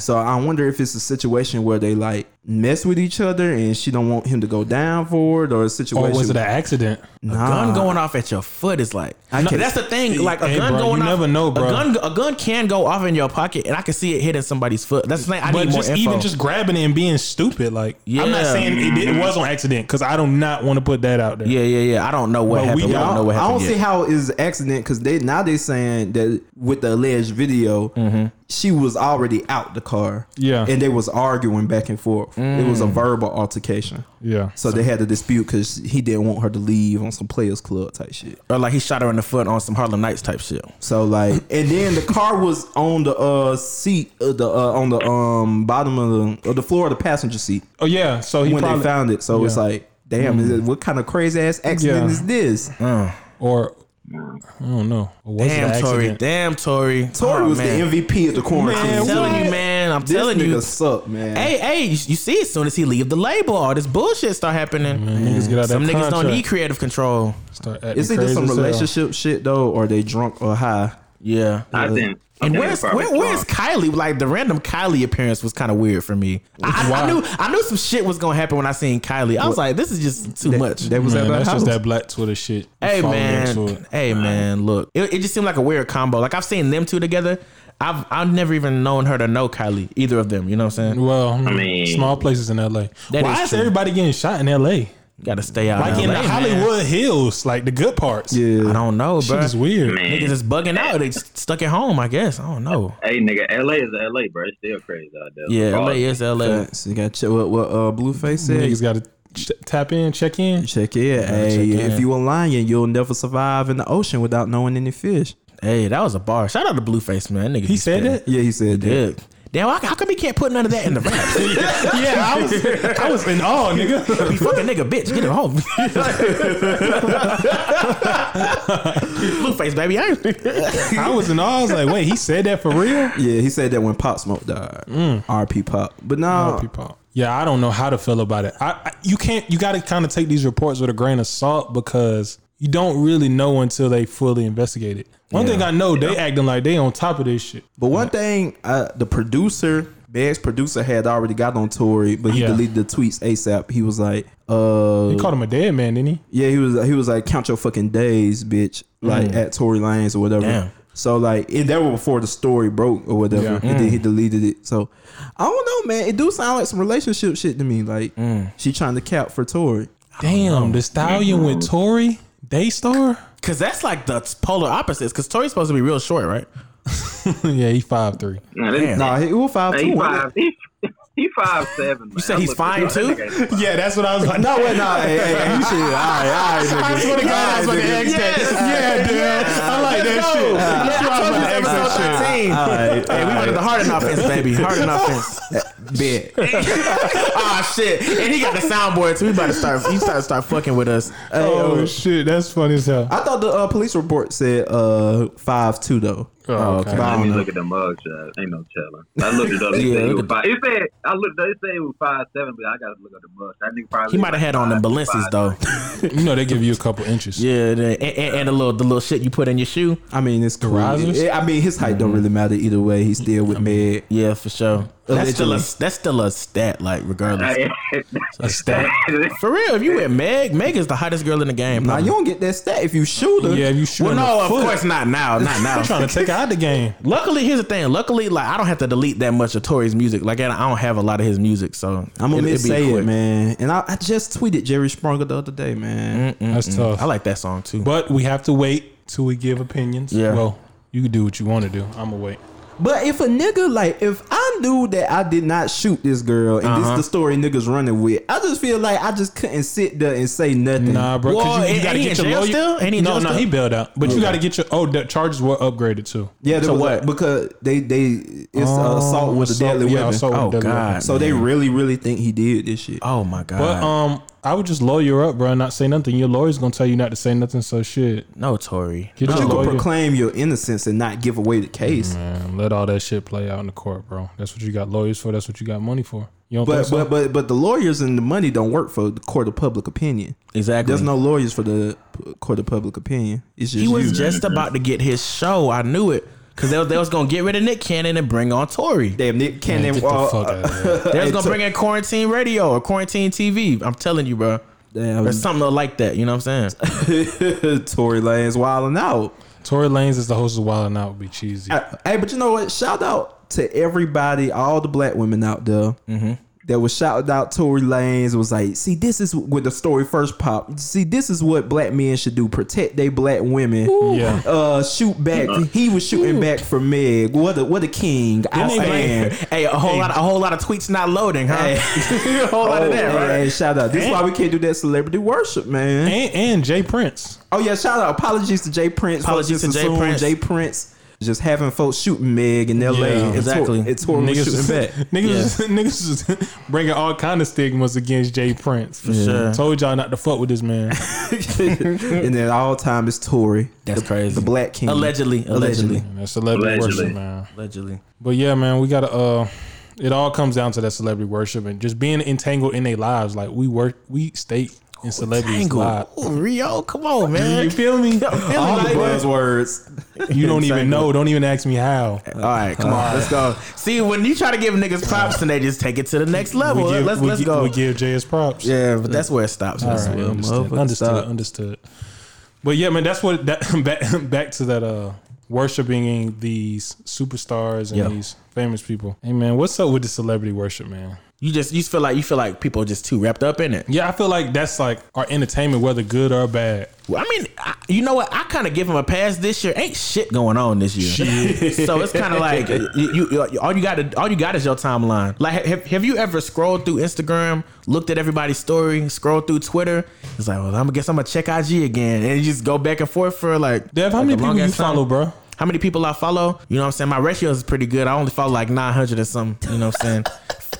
S4: So I wonder if it's a situation where they like mess with each other and she don't want him to go down for it, or a
S3: Or
S4: situation.
S3: was it an accident?
S4: Nah.
S2: gun going off at your foot is like
S4: I can't-
S2: that's the thing. Like a
S3: Hey,
S2: gun
S3: bro,
S2: going
S3: you
S2: off,
S3: never know,
S2: A
S3: bro.
S2: gun, a gun can go off in your pocket, and I can see it hitting somebody's foot. That's the thing. I
S3: but
S2: need more
S3: just
S2: info.
S3: even just grabbing it and being stupid, like I'm not
S2: Yeah.
S3: saying it, did- it was on accident because I do not want to put that out there.
S2: yeah, yeah, yeah. I don't know what
S3: But we-
S2: happened. We,
S4: Yeah,
S2: don't
S4: I
S2: know what
S4: don't, I
S2: happened.
S4: don't see
S2: yet.
S4: how is accident because they now they saying that with the alleged video,
S2: Mm-hmm.
S4: she was already out the car.
S3: Yeah.
S4: and they was arguing back and forth. It was a
S2: Mm.
S4: verbal altercation.
S3: yeah.
S4: So they had to dispute because he didn't want her to leave on some players club type shit.
S2: or like he shot her in the foot on some Harlem Nights type shit.
S4: So
S2: [laughs]
S4: like, and then the car was on the uh seat of the uh, on the um bottom of the, of the floor of the passenger seat
S3: Oh yeah. So he
S4: when
S3: probably
S4: they found it. So it's
S3: Yeah.
S4: like, damn, is it-
S2: Mm.
S4: what kind of crazy ass accident
S3: Yeah.
S4: is this?
S2: Uh-huh,
S3: or I don't know. Or was it an
S2: Damn, Tori.
S3: accident?
S2: Damn, Tori.
S4: Tori
S2: Oh,
S4: was
S2: man.
S4: the MVP of the quarantine.
S2: I'm telling you,
S4: What?
S2: man. I'm
S4: This
S2: telling
S4: nigga
S2: you.
S4: suck, man.
S2: Hey, hey, you, you see, as soon as he leave the label, all this bullshit start happening.
S3: Niggas get out
S2: Some
S3: that
S2: niggas
S3: contract.
S2: don't need creative control.
S3: Start acting
S4: It's either
S3: crazy
S4: some
S3: as hell.
S4: relationship shit though, or they drunk or high.
S2: Yeah.
S5: I think. I
S2: And
S5: think
S2: where's
S5: it's probably
S2: where, where's
S5: wrong.
S2: Kylie? Like the random Kylie appearance was kind of weird for me. I, I- I
S3: Why?
S2: knew I knew some shit was gonna happen when I seen Kylie. I was like, this is just too much.
S4: They was
S3: Man,
S4: at the
S3: that's
S4: house.
S3: just that black Twitter shit.
S2: hey
S3: Falling
S2: man,
S3: into it.
S2: hey man, look, it, it just seemed like a weird combo. Like I've seen them two together. I've I've never even known her to know Kylie, either of them. You know what I'm saying?
S3: Well, hmm,
S5: mean-
S3: small places in LA.
S2: That
S3: Why
S2: is
S3: is
S2: true.
S3: everybody getting shot in LA?
S2: Gotta stay out.
S3: Like
S2: of
S3: in
S2: LA,
S3: the
S2: man.
S3: Hollywood Hills, like the good parts.
S4: yeah.
S2: I don't know, bro.
S3: Shit is weird.
S5: Man.
S2: Niggas is bugging out. They s- stuck at home, I guess. I don't know.
S5: Hey, nigga, LA is LA, bro. It's still crazy out there.
S2: Yeah, LA
S5: Regardless.
S2: is LA.
S4: Facts. you got check what what uh, Blueface said.
S3: Niggas got to ch- tap in, check
S2: [laughs]
S3: in.
S4: Check it. Hey,
S2: check
S4: if
S2: in.
S4: you a lion, you'll never survive in the ocean without knowing any fish.
S2: Hey, that was a bar. Shout out to Blueface, man. That nigga
S3: He
S2: be
S3: said
S2: spitting.
S3: that.
S4: Yeah, he said that.
S2: Yeah. Damn, how, how come he can't put none of that in the raps? he
S3: [laughs] yeah, I was, I was in awe, nigga.
S2: fucking nigga, bitch, get him home. Blueface, baby, I ain't.
S3: I was in awe. I was like, wait, he said that for real?
S4: Yeah, he said that when Pop Smoke died. RP Pop. But no,
S3: People. Yeah, I don't know how to feel about it. I, I you can't. You got to kind of take these reports with a grain of salt because you don't really know until they fully investigate it. One thing I know, they acting like they on top of this shit.
S4: but one thing, uh, the producer, Bag's producer, had already got on Tory, but he
S3: Yeah.
S4: deleted the tweets ASAP. He was like, uh,
S3: He called him a dead man, didn't he?
S4: Yeah, he was he was like count your fucking days, bitch, like
S3: Mm.
S4: at Tory Lanez or whatever.
S2: Damn.
S4: So like and that was before the story broke or whatever.
S3: Yeah. Mm.
S4: And then he deleted it. So I don't know, man. It do sound like some relationship shit to me. Like
S3: Mm.
S4: she trying to cap for Tory.
S3: Damn, the stallion with Tory Daystar.
S2: Cause that's like the polar opposites. Cause Tori's supposed to be real short, right?
S3: [laughs] yeah, he five three.
S5: Nah, this-
S2: Damn.
S4: Nah, he, he was five
S5: Hey,
S4: two.
S5: He
S4: wasn't [laughs]
S5: five. He, he five seven. You
S2: said he's fine, too?
S3: Yeah, that's what I was like.
S4: he? No, wait, nah, hey, hey, hey, you should. All right, all right,
S3: [laughs]
S4: nigga.
S3: I swear to God, I was about to ask that. Yeah, dude. I like that shit. That's what I was about to ask that shit.
S4: All right,
S2: Hey, we
S4: all
S2: wanted the
S4: right.
S2: Harden offense, baby. Harden
S4: [laughs]
S2: offense.
S4: Bet.
S2: Ah, shit. And he got the soundboard, so we about to start. He started to start fucking with us.
S3: Oh, shit, that's funny as hell.
S4: I thought the uh, police report said uh five two though.
S3: Oh, okay.
S4: but
S5: Let
S4: I don't
S5: me
S4: know.
S5: look at the mug shot. Ain't no telling. I looked it up.
S2: [laughs]
S5: It
S2: Yeah,
S5: said it
S2: look
S5: was
S2: at-
S5: five. It said I looked. They said it was five seven, but I gotta look up the mug. That nigga probably.
S2: He might have had on the Balenci's though.
S3: [laughs] You know they give you a couple inches.
S2: Yeah, the- and, and, and the little the little shit you put in your shoe.
S4: I mean, it's cool.
S3: risers?
S4: Yeah, I mean, his height
S2: Mm-hmm.
S4: don't really matter either way. He's still with Meg.
S2: Yeah, for sure. That's still a
S4: Allegedly.
S2: that's still a stat, like regardless.
S3: A stat.
S2: For real, if you with Meg, Meg is the hottest girl in the game.
S4: Now you don't get that stat if you shoot her.
S3: Yeah, if you shoot
S2: well,
S3: in
S2: no,
S3: the
S2: of
S3: foot,
S2: course not now,
S3: [laughs]
S2: not
S3: I'm
S2: now.
S3: trying to take her out the [laughs] game.
S2: Luckily, here's the thing. Luckily, like I don't have to delete that much of Tori's music. Like I don't have a lot of his music, so
S4: I'm gonna
S2: it- it'd
S4: miss
S2: be
S4: say it,
S2: quick.
S4: man. And I, I just tweeted Jerry Spronger the other day,
S2: Mm-hmm.
S4: man.
S3: That's tough.
S2: I like that song too.
S3: but we have to wait till we give opinions.
S2: Yeah.
S3: Well, you can do what you want to do. I'm gonna wait.
S4: But if a nigga like if I knew that I did not shoot this girl and
S3: Uh-huh.
S4: this is the story niggas running with, I just feel like I just couldn't sit there and say nothing.
S3: Nah, bro. 'cause
S2: Well,
S3: you,
S2: and-
S3: you gotta
S2: and he
S3: get
S2: in
S3: your
S2: jail
S3: lawyer.
S2: still? And he in
S3: no,
S2: jail
S3: no,
S2: still?
S3: he bailed out. But you gotta get your. Oh, the charges were upgraded too.
S4: Yeah, there
S2: So
S4: was a-
S2: what?
S4: because they they it's
S3: Oh,
S4: assault with a
S3: assault-
S4: deadly
S3: yeah,
S4: weapon.
S3: assault with a
S2: Oh,
S3: deadly weapon.
S2: God.
S4: So they really really think he did this shit.
S2: Oh my god.
S3: But um, I would just lawyer up, bro, and not say nothing. Your lawyer's gonna tell you not to say nothing. So shit,
S2: no, Tory.
S3: get your
S4: But you can
S3: lawyer. Mm-hmm.
S4: proclaim your innocence and not give away the case.
S3: Man, let all that shit play out in the court, bro. That's what you got lawyers for. That's what you got money for. You don't think
S4: But
S3: so?
S4: but but but the lawyers and the money don't work for the court of public opinion.
S2: Exactly.
S4: There's no lawyers for the p- court of public opinion. It's just
S2: He was
S4: you.
S2: just about to get his show. I knew it. Cause they was, they was gonna get rid of Nick Cannon and bring on Tory.
S4: damn Nick
S3: Man,
S4: Cannon.
S3: get
S4: uh,
S3: the fuck out of here.
S4: [laughs]
S2: They was
S4: Hey,
S2: gonna
S4: so-
S2: bring in quarantine radio or quarantine TV. I'm telling you, bro.
S4: Damn.
S2: Or something like that. You know what I'm saying?
S4: [laughs] Tory Lanez wilding out.
S3: Tory Lanez is the host of Wild and Out would be cheesy.
S4: Hey, but you know what? Shout out to everybody, all the black women out there that was shouting out Tory Lanez. Was like, see, this is when the story first popped. See, this is what black men should do: protect their black women.
S3: Yeah.
S4: Uh, shoot back. He was shooting back for Meg. What a what a king! I
S3: they
S4: stand.
S2: hey, a whole lot, a whole lot of tweets not loading, huh?
S4: Hey.
S2: [laughs] a
S4: Oh,
S2: whole lot of that, right?
S4: Hey, shout out. This is why we can't do that celebrity worship, man.
S3: And, and Jay Prince.
S4: Oh yeah, shout out. Apologies to Jay Prince.
S2: Apologies
S4: Folks
S2: to
S4: just
S2: Jay
S4: assume
S2: Prince.
S4: Jay Prince just having folks shooting Meg in L.A.
S3: Yeah,
S4: and
S2: exactly.
S4: Tor- and Tori was
S3: Niggas,
S4: shooting back.
S3: [laughs] niggas, niggas [laughs] was bringing all kind of stigmas against Jay Prince. For
S2: sure.
S3: Told y'all not to fuck with this man.
S2: [laughs]
S4: [laughs] and at all time it's Tory.
S2: That's
S4: the,
S2: crazy.
S4: The Black King.
S2: Allegedly, allegedly,
S3: And That's celebrity
S5: Allegedly.
S3: worship, man.
S2: allegedly.
S3: But yeah, man, we gotta. uh It all comes down to that celebrity worship and just being entangled in their lives. Like we work, we stay in celebrities' lives.
S2: Tangle. Ooh, Rio, come on, man.
S3: You feel me?
S4: All the
S2: Like that.
S4: buzzwords.
S3: You don't even know. Don't even ask me how.
S4: All right, come on, let's go.
S2: See, when you try to give niggas props and they just take it to the next level,
S3: give,
S2: let's
S3: we
S2: let's
S3: gi-
S2: go.
S3: We give Jay his props.
S2: yeah, but that's where it stops.
S3: All
S2: That's
S3: right,
S2: where
S3: understood,
S2: motherfuckers
S3: understood,
S2: stop.
S3: understood. But yeah, man, that's what that [laughs] back back to that uh worshiping these superstars and
S2: Yeah.
S3: these famous people. Hey man, what's up with the celebrity worship, man?
S2: You just you feel like you feel like people are just too wrapped up in it.
S3: Yeah, I feel like that's like our entertainment, whether good or bad.
S2: Well, I mean, I, you know what? I kind of give him a pass this year. Ain't shit going on this year, [laughs] so it's kind of like you, you, you- all you got to all you got is your timeline. Like, have, have you ever scrolled through Instagram, looked at everybody's story, scrolled through Twitter? It's like, well, I'm gonna guess I'm gonna check IG again, and you just go back and forth for like.
S3: Dev, how
S2: like
S3: many
S2: a long
S3: people you
S2: ass time.
S3: follow, bro?
S2: How many people I follow? You know what I'm saying? My ratio is pretty good. I only follow like 900 or something. You know what
S3: [laughs]
S2: I'm saying?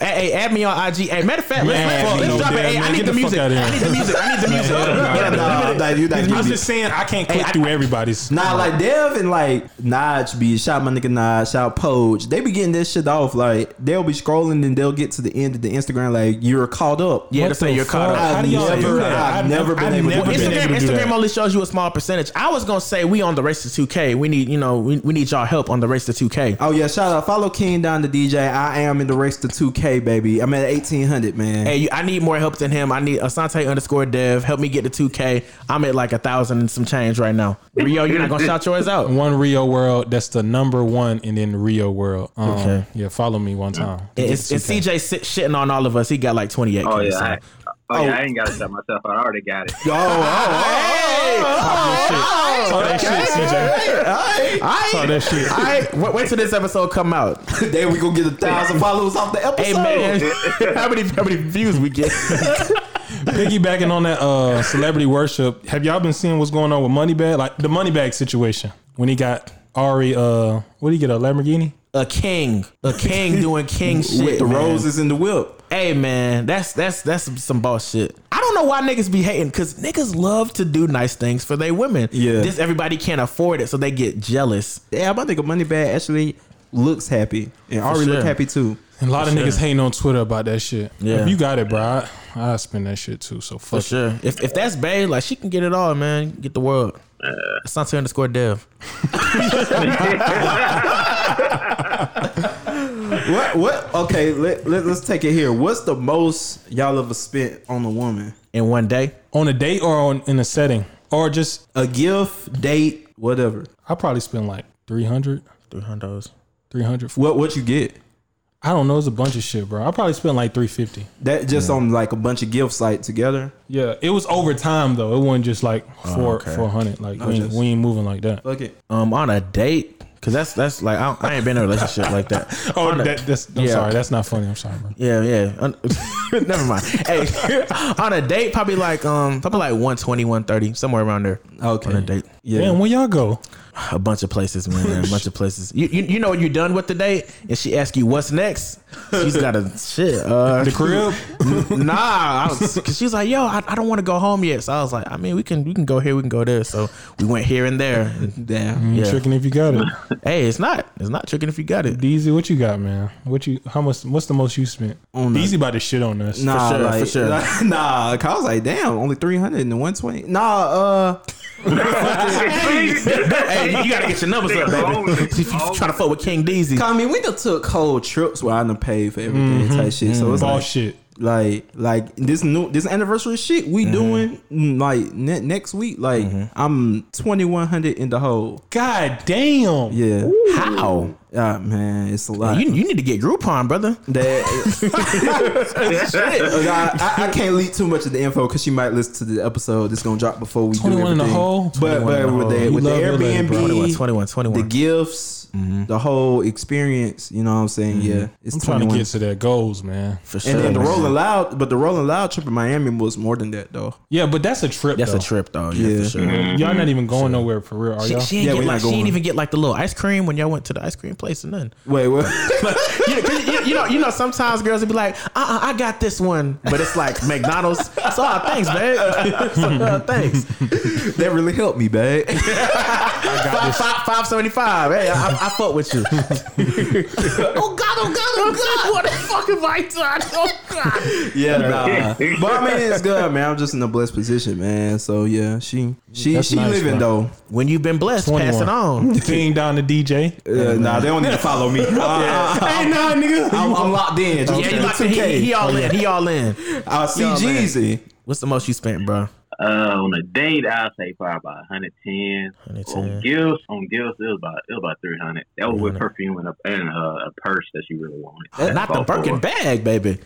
S2: Hey, hey, add me on IG. Hey, matter of fact, let's,
S3: Man,
S2: let's,
S3: fuck no,
S2: drop it.
S3: Dev,
S2: Hey,
S3: man,
S2: I
S3: get
S2: need
S3: the
S2: the
S3: fuck
S2: music.
S3: outta here.
S2: I need the music. I
S4: [laughs]
S2: need the music. Yeah, nah,
S4: Nah, nah, you
S3: [laughs]
S4: not
S3: I'm
S4: giving it.
S3: just saying I can't click
S2: I-
S3: through everybody's.
S4: Nah, like Dev and like Naj be shout my nigga Naj, shout Poge. They be getting this shit off. Like they'll be scrolling and they'll get to the end of the Instagram. Like you're caught up.
S2: Yeah,
S3: What
S2: to say
S3: the
S2: you're caught
S3: fuck?
S2: up.
S3: How do y'all
S4: I've
S3: do
S4: never-
S3: that?
S4: I've never been able to
S3: never
S4: do
S3: been
S4: that.
S3: able
S2: Instagram,
S3: to do
S2: Instagram
S3: that.
S2: only shows you a small percentage. I was gonna say we on the race to 2K. We need, you know, we, we need y'all help on the race to 2K.
S4: Oh yeah, shout out. Follow King Don the DJ. I am in the race to 2K, baby. I'm at 1800, man.
S2: Hey, you- I need more help than him. I need Asante underscore Dev. Help me get to 2K. I'm at like a thousand and some change right now. Rio, you're not gonna shout yours
S3: [laughs]
S2: out.
S3: One Rio World, that's the number one, and then Rio World. Um,
S2: Okay.
S3: Yeah, follow me
S2: Mm.
S3: one time.
S2: It's, it's CJ sit, shitting on all of us. He got like 28.
S5: [laughs] Oh yeah,
S2: so.
S5: I, oh yeah, I ain't gotta shut myself out. I already got it.
S4: Oh, oh,
S3: Talk that
S2: oh,
S3: shit, CJ.
S4: oh,
S3: Talk that shit.
S2: All right, wait, wait till this episode come out.
S4: oh. [laughs] Then we gonna get a thousand followers off the episode.
S2: Hey man, [laughs] how many how many views we get?
S3: Piggybacking on that uh, celebrity worship, have y'all been seeing what's going on with Moneybag? Like the Moneybag situation when he got Ari, uh, what did he get, a Lamborghini?
S2: a king, a king doing king shit
S4: With the
S2: man.
S4: roses and the whip.
S2: Hey man, that's that's that's some boss shit. I don't know why niggas be hating because niggas love to do nice things for their women.
S4: Yeah.
S2: just everybody can't afford it, so they get jealous.
S4: Yeah, I think a money bag actually looks happy, and Ari
S2: sure.
S4: look happy too.
S3: And a lot of
S2: sure.
S3: niggas hating on Twitter about that shit.
S2: Yeah.
S3: If you got it, bro, I, I spend that shit too. So fuck
S2: For
S3: it.
S2: sure. If if that's bae, like she can get it all, man. Get the world. It's not to underscore dev.
S4: What? What? Okay, let, let us take it here. What's the most y'all ever spent on a woman?
S2: In one day,
S3: On a date or on, in a setting or just
S4: A gift, date, whatever.
S3: I probably spend like 300,
S2: three hundred.
S3: 300.
S4: What? What you get?
S3: I don't know. It's a bunch of shit, bro. I probably spent like 350.
S4: That just on like a bunch of gifts like together.
S3: Yeah, it was over time though. It wasn't just like four
S2: Oh, okay.
S3: four hundred. Like we, ain't-
S4: just-
S3: we ain't moving like that.
S4: Fuck it.
S2: Um, on a date. Cause that's that's like I, I ain't been in a relationship like that.
S3: [laughs] Oh,
S2: On a-
S3: that, that's. I'm
S2: yeah.
S3: sorry. That's not funny. I'm sorry, bro.
S2: Yeah, yeah. Un- [laughs] Never mind. Hey, [laughs] on a date, probably like um, probably like 120, 130, somewhere around there.
S4: Okay.
S2: On a date, yeah,
S3: Man, where y'all go?
S2: a bunch of places, man, a bunch of places. You, you you know when you're done with the date and she asks you what's next, she's got a [laughs] shit. Uh,
S3: The crib?
S2: [laughs] nah, I was, cause she's like, yo, I, I don't want to go home yet. So I was like, I mean, we can we can go here, we can go there. So we went here and there. And,
S4: Damn.
S2: yeah.
S3: Mm-hmm. Tricking if you got it.
S2: [laughs] Hey, it's not it's not tricking if you got it.
S3: Deezy, what you got, man? What you? How much? What's the most you spent?
S4: On a-
S3: Deezy about to shit on us.
S4: Nah,
S2: sure, for
S4: like, [laughs]
S2: sure.
S4: nah. Cause I was like, damn, only three hundred and one twenty. Nah, uh,
S2: hey, you gotta get your numbers up, baby. She's trying to fuck with King Deezy.
S4: I mean, we done took whole trips where I done paid for everything type shit. So it's
S3: Ball
S4: like,
S3: shit.
S4: like, like this new this anniversary shit we doing mm, like ne- next week. Like, I'm twenty one hundred in the hole.
S3: God damn.
S4: Yeah,
S2: How?
S4: ah man, it's a lot.
S2: You, you need to get Groupon, brother.
S4: [laughs] that [laughs]
S5: [laughs]
S4: I, I, I can't leak too much of the info because she might listen to the episode that's gonna drop before we do
S3: 21
S4: everything.
S3: and a whole?
S4: But
S3: 21
S4: but
S3: and a
S4: with
S3: whole.
S4: the,
S3: You
S4: with the
S3: love your lady, bro.
S2: 21,
S4: Airbnb,
S2: 21,
S4: the
S2: 21.
S4: gifts,
S2: Mm-hmm.
S4: the whole experience. You know what I'm saying? Yeah, it's
S3: I'm trying
S4: 21.
S3: to get to their goals, man.
S2: for sure.
S4: and then the
S2: man.
S4: Rolling Loud, but the Rolling Loud trip in Miami was more than that though.
S3: Yeah, but that's a trip.
S2: That's
S3: though.
S2: a trip, though. Yeah,
S4: Yeah.
S2: for sure.
S3: Y'all not even going nowhere for real, are
S2: She,
S3: y'all?
S2: she ain't
S4: Yeah,
S2: get
S4: we're
S2: like,
S4: not
S2: she ain't
S4: going.
S2: even get like the little ice cream when y'all went to the ice cream place and nothing.
S4: Wait, what?
S2: Like, you, know, 'cause you- you know, you know, sometimes girls would be like, uh, uh I got this one, but it's like McDonald's. So uh, thanks, [laughs] babe. so, uh, thanks.
S4: [laughs] that really helped me, [laughs] babe.
S2: Five, five, five seventy-five. Hey, I, I, I fuck with you. oh God! Oh God! [laughs] Oh God! What the fuck have I done? Oh God!
S4: yeah, nah. but I mean, it's good, man. I'm just in a blessed position, man. So yeah, she she
S3: That's
S4: she
S3: nice,
S4: living
S3: bro.
S2: When you've been blessed, pass it
S3: 21.
S2: on.
S3: Ding down the DJ.
S4: though. Uh, nah, they don't
S2: [laughs]
S4: need to follow me. I- I- I-
S3: Hey, nah, nigga.
S4: I'm, I'm locked in. Just
S2: Yeah,
S4: give
S2: you
S4: me
S2: like to- he,
S4: 2K.
S2: he, he
S3: Oh,
S2: all in. He all in.
S4: I'll see
S2: Y'all, man.
S4: Jeezy.
S2: What's the most you spent, bro?
S5: Uh, on a date, I'll say probably about 110.
S2: 110.
S5: On gifts, on gifts, it was about it was about 300. That was with perfume and a, and uh, a purse that she really wanted.
S2: Not the Birkin bag, baby.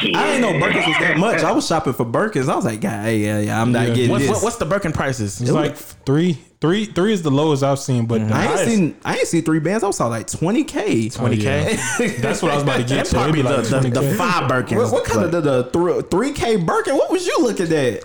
S4: I didn't know Birkins was that much. I was shopping for Birkins. I was like, God, hey, yeah, yeah, I'm not
S3: Yeah.
S4: getting
S2: What's,
S4: this.
S2: what, what's the Birkin prices?
S3: It's like three, three, three is the lowest I've seen, but the
S4: Mm-hmm. I ain't
S3: highest-
S4: seen I ain't seen three bands. I saw like 20k.
S3: Oh,
S2: 20K.
S3: yeah. That's what I was
S2: [laughs]
S3: about to get
S2: That
S3: to. It'd
S2: probably
S3: be
S2: the,
S3: like
S2: the, the
S3: 20K.
S2: five Birkins.
S4: What, what kind of the, the three k Birkin? What was you looking at?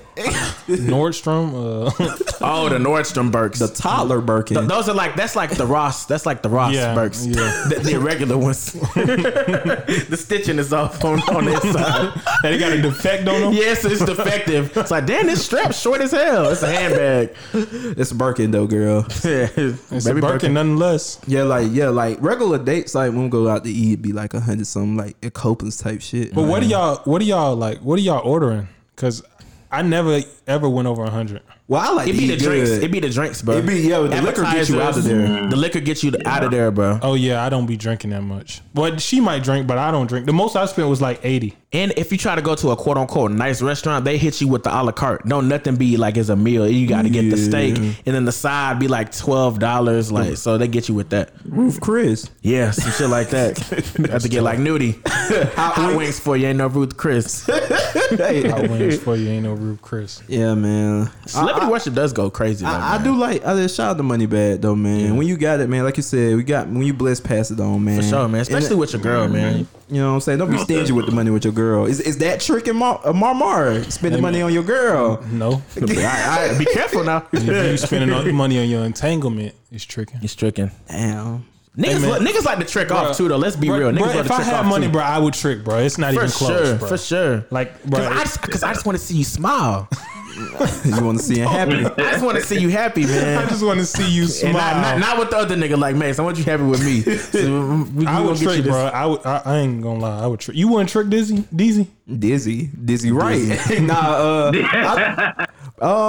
S3: Nordstrom. Uh, [laughs]
S2: Oh, the Nordstrom Birks.
S4: The toddler Birkin.
S2: Th- those are like that's like the Ross. That's like the Ross
S3: Yeah,
S2: Birks.
S3: yeah.
S2: [laughs] The, the irregular
S3: [laughs]
S2: ones. [laughs] the stitching is off on on this
S3: [laughs]
S2: side.
S3: that it got a defect on them.
S2: Yes, it's defective. It's like damn, this strap's short as hell. It's a handbag. [laughs]
S4: it's Birkin though, girl.
S2: Yeah,
S3: It's a Birkin, nonetheless.
S4: Yeah, like yeah, like regular dates. Like when we go out to eat, it'd be like a hundred something, like at Copeland's type shit.
S3: But what do y'all? What do y'all like? What are y'all ordering? Because I never ever went over hundred.
S4: well, I like
S2: It
S4: to
S2: be
S4: eat
S2: the drinks.
S4: good.
S2: It be the drinks, bro.
S4: It be- yeah, the liquor get you out of there.
S2: Appetizers. The Uh, liquor gets you out of there, bro.
S3: Oh yeah, I don't be drinking that much. But she might drink, but I don't drink. The most I spent was like eighty.
S2: And if you try to go to a quote unquote nice restaurant, they hit you with the a la carte. Don't nothing be like it's a meal. You got to get the steak, and then the side be like twelve dollars. Like so, they get you with that.
S4: Roof Chris.
S2: Yeah, some shit like [laughs] that. Have to get like
S4: [laughs]
S2: nudie. Hot
S4: wings.
S2: wings for you ain't no Ruth
S4: [laughs]
S2: Chris.
S3: I
S4: Hey.
S2: [laughs]
S3: wings for you ain't no Rube Chris.
S4: yeah, man.
S2: Celebrity worship does go crazy. though,
S4: I, I
S2: man.
S4: do like I just shout out the money bag though, man. When you got it, man, like you said, we got when you blessed, pass it on, man.
S2: for sure, man. Especially with your girl, man.
S4: with you know what I'm saying. Don't be stingy with the money with your girl. Is is that trick in Mar- uh, Marmar? Spending money on your [laughs] girl.
S3: No,
S2: I, I, be careful now.
S4: [laughs]
S3: if
S2: [laughs]
S3: you spending all- money on your entanglement, it's tricking.
S2: He's tricking.
S4: Damn.
S2: Niggas,
S3: man.
S2: niggas like to trick off too, though. Let's be
S3: Bruh,
S2: real. Niggas like
S3: bruh,
S2: to
S3: if I
S2: trick
S3: had
S2: off,
S3: money,
S2: too.
S3: bro, I would trick, bro. It's not
S2: for
S3: even close,
S2: sure,
S3: bro.
S2: for sure.
S3: Like, bro,
S2: Cause I, just, cause I just want to see you
S3: [laughs]
S2: smile.
S4: You want to see it happy? [laughs]
S2: I just want to see you happy, man.
S3: [laughs] I just want to see you
S2: and
S3: smile.
S2: not, not, not with the other nigga like Mace. I want you happy with me. So we, we
S3: I
S2: gonna
S3: would
S2: get you
S3: trick,
S2: this-
S3: bro. I, would, I, I ain't gonna lie. I would trick. You wouldn't trick Dizzy, Dizzy.
S4: Dizzy, dizzy, right? [laughs] nah. Uh, I-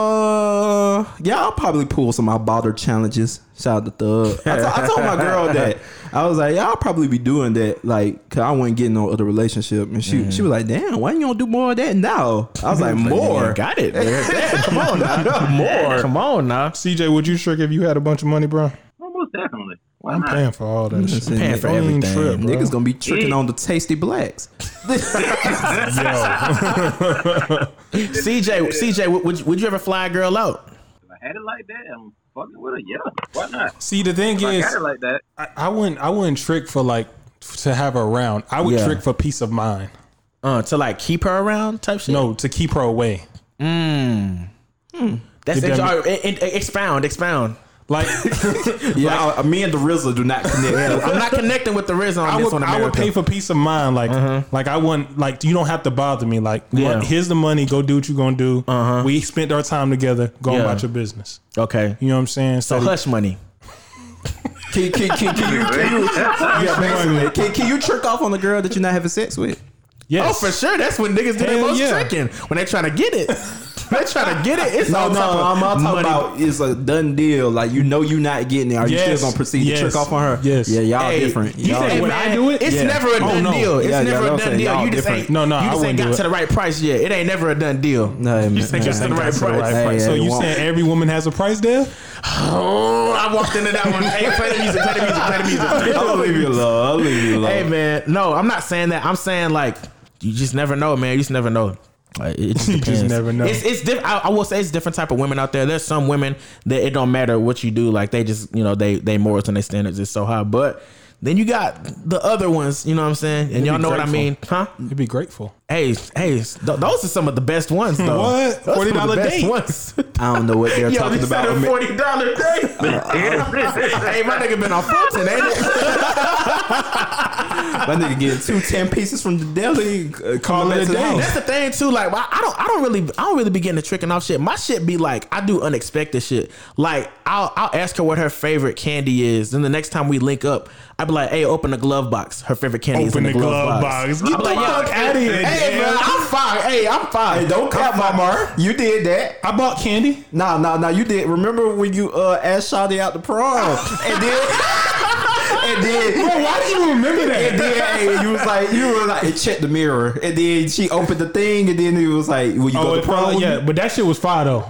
S4: uh, yeah, I'll probably pull some of my bother challenges. Shout out to Thug. I to- I told my girl [laughs] that I was like, yeah, I'll probably be doing that. Like, cause I wasn't getting no other relationship, and she she was like, damn, why you don't do more of that now? I was Mm. [laughs] like,
S2: Yeah,
S4: more.
S2: got it.
S3: [laughs]
S2: man. Come on
S4: [laughs]
S2: now. More. Come on now.
S3: CJ, would you trick if you had a bunch of money, bro?
S5: Almost definitely. Why
S3: I'm
S5: not?
S3: paying for all that shit.
S4: Paying
S2: for
S3: Don't even
S2: everything.
S3: bro.
S4: Niggas gonna be tricking on the
S2: [laughs]
S4: tasty blacks.
S2: CJ, CJ, would, would, you, would you ever fly a girl out?
S5: If I had it like that, I'm fucking with her. Yeah, why
S3: [laughs]
S5: not?
S3: See, the thing
S5: I
S3: is,
S5: got it like that.
S3: I, I wouldn't I wouldn't trick for like to have her around. I would
S2: Yeah.
S3: trick for peace of mind.
S2: Uh, to like keep her around type shit.
S3: No, to keep her away.
S2: that's
S3: Get
S2: it.
S3: them-
S2: All right, and- and- expound, expound. [laughs]
S3: Like
S4: Yeah, I- me and the RZA do not connect.
S2: I'm not connecting with the RZA on
S3: [laughs] I
S2: this
S3: would
S2: one.
S3: I would
S2: America. Uh-huh.
S3: pay for peace of mind. Like like I wouldn't like you don't have to bother me. Like
S2: Yeah.
S3: mon- here's the money. Go do what you gonna do.
S2: Uh-huh.
S3: We spent our time together. Go
S2: Yeah.
S3: about your business.
S2: okay,
S3: You know what I'm saying?
S2: so hush money.
S4: can, can, can, can
S2: [laughs]
S4: you, can, you, yeah, basically, can, can you trick off on the girl that you're not having sex with?
S2: Oh,
S3: yes.
S2: for sure. That's when niggas do their
S3: Hell
S2: most
S3: yeah.
S2: tricking when they trying to get it. they trying to get it. It's
S4: No,
S2: all
S4: no,
S2: type of
S4: I'm all talking
S2: money.
S4: about is a done deal. Like you know you're not getting it. Are you
S3: Yes.
S4: still gonna proceed
S3: Yes.
S4: to trick off on her?
S3: Yes.
S4: Yeah, y'all
S2: Hey,
S4: different.
S2: You
S4: Y'all-
S2: say,
S3: Hey,
S2: when
S3: when
S2: I
S3: I do it?
S2: it's
S4: Yeah.
S2: never a
S3: Oh,
S2: done
S3: no.
S2: deal. It's
S4: Yeah, yeah,
S2: never
S4: that's
S2: a
S4: what
S2: done
S4: I'm saying.
S2: deal.
S4: Y'all
S2: You just
S4: different.
S2: ain't.
S3: No, no,
S2: you
S3: I
S2: just ain't
S3: wouldn't
S2: got
S3: do
S2: to
S3: it.
S2: the right price yet. It ain't never a done deal.
S4: No, man.
S2: think it's
S3: Just
S2: the
S3: ain't
S2: right
S3: got to the
S2: price.
S3: right price.
S4: Hey,
S3: So
S4: hey,
S3: you
S4: won't. [laughs]
S3: saying every woman has a price there?
S2: Oh, [laughs] I walked into that one. hey, play the music. Play the music. Play the music.
S4: [laughs] I'll leave you alone. I'll leave you alone.
S2: Hey man, no, I'm not saying that. I'm saying like you just never know, man. You just never know. Like, it just [laughs]
S3: You just
S2: depends.
S3: never know.
S2: It's, it's diff- I, I will say it's different type of women out there. There's some women that it don't matter what you do. Like they just you know they they morals and their standards is so high. But then you got the other ones. You know what I'm saying? And y'all
S3: be
S2: know what I
S3: grateful.
S2: mean, huh?
S3: You'd be grateful.
S2: Hey hey, th- those are some of the best ones though.
S3: What?
S2: Those are some of the
S3: $40
S2: best
S3: date?
S2: ones.
S4: I don't know what they're
S2: Yo,
S4: talking
S2: you said
S4: about.
S2: a forty dollar date. hey, my nigga been on Fulton, ain't
S4: [laughs]
S2: it?
S4: My nigga getting two ten pieces from the deli. Uh,
S3: Call
S4: call
S3: it
S4: it
S3: a
S4: the
S3: day.
S4: house.
S2: That's the thing too. Like I I don't, I don't really, I don't really begin to tricking off shit. My shit be like, I do unexpected shit. Like I'll, I'll ask her what her favorite candy is. Then the next time we link up, I be like, hey, open the glove box. Her favorite candy is in
S3: Open
S2: the, glove, box.
S3: Get
S2: I'm
S3: the
S2: like,
S3: fuck
S2: yeah.
S3: out of here.
S2: Hey, man,
S3: man.
S2: I'm fine. Hey, I'm fine.
S4: Hey, don't cap my mar. You did that.
S3: I bought candy.
S4: Nah, nah, nah. You did. Remember when you uh, asked Shawty out the prom, and then, and then,
S3: Bro, why do you remember
S4: and
S3: that?
S4: then hey, you was like, you were like, check the mirror, and then she opened the thing, and then it was like, will you go
S3: Oh,
S4: to
S3: it probably-
S4: prom?
S3: yeah, but that shit was
S2: [laughs]
S3: fire though.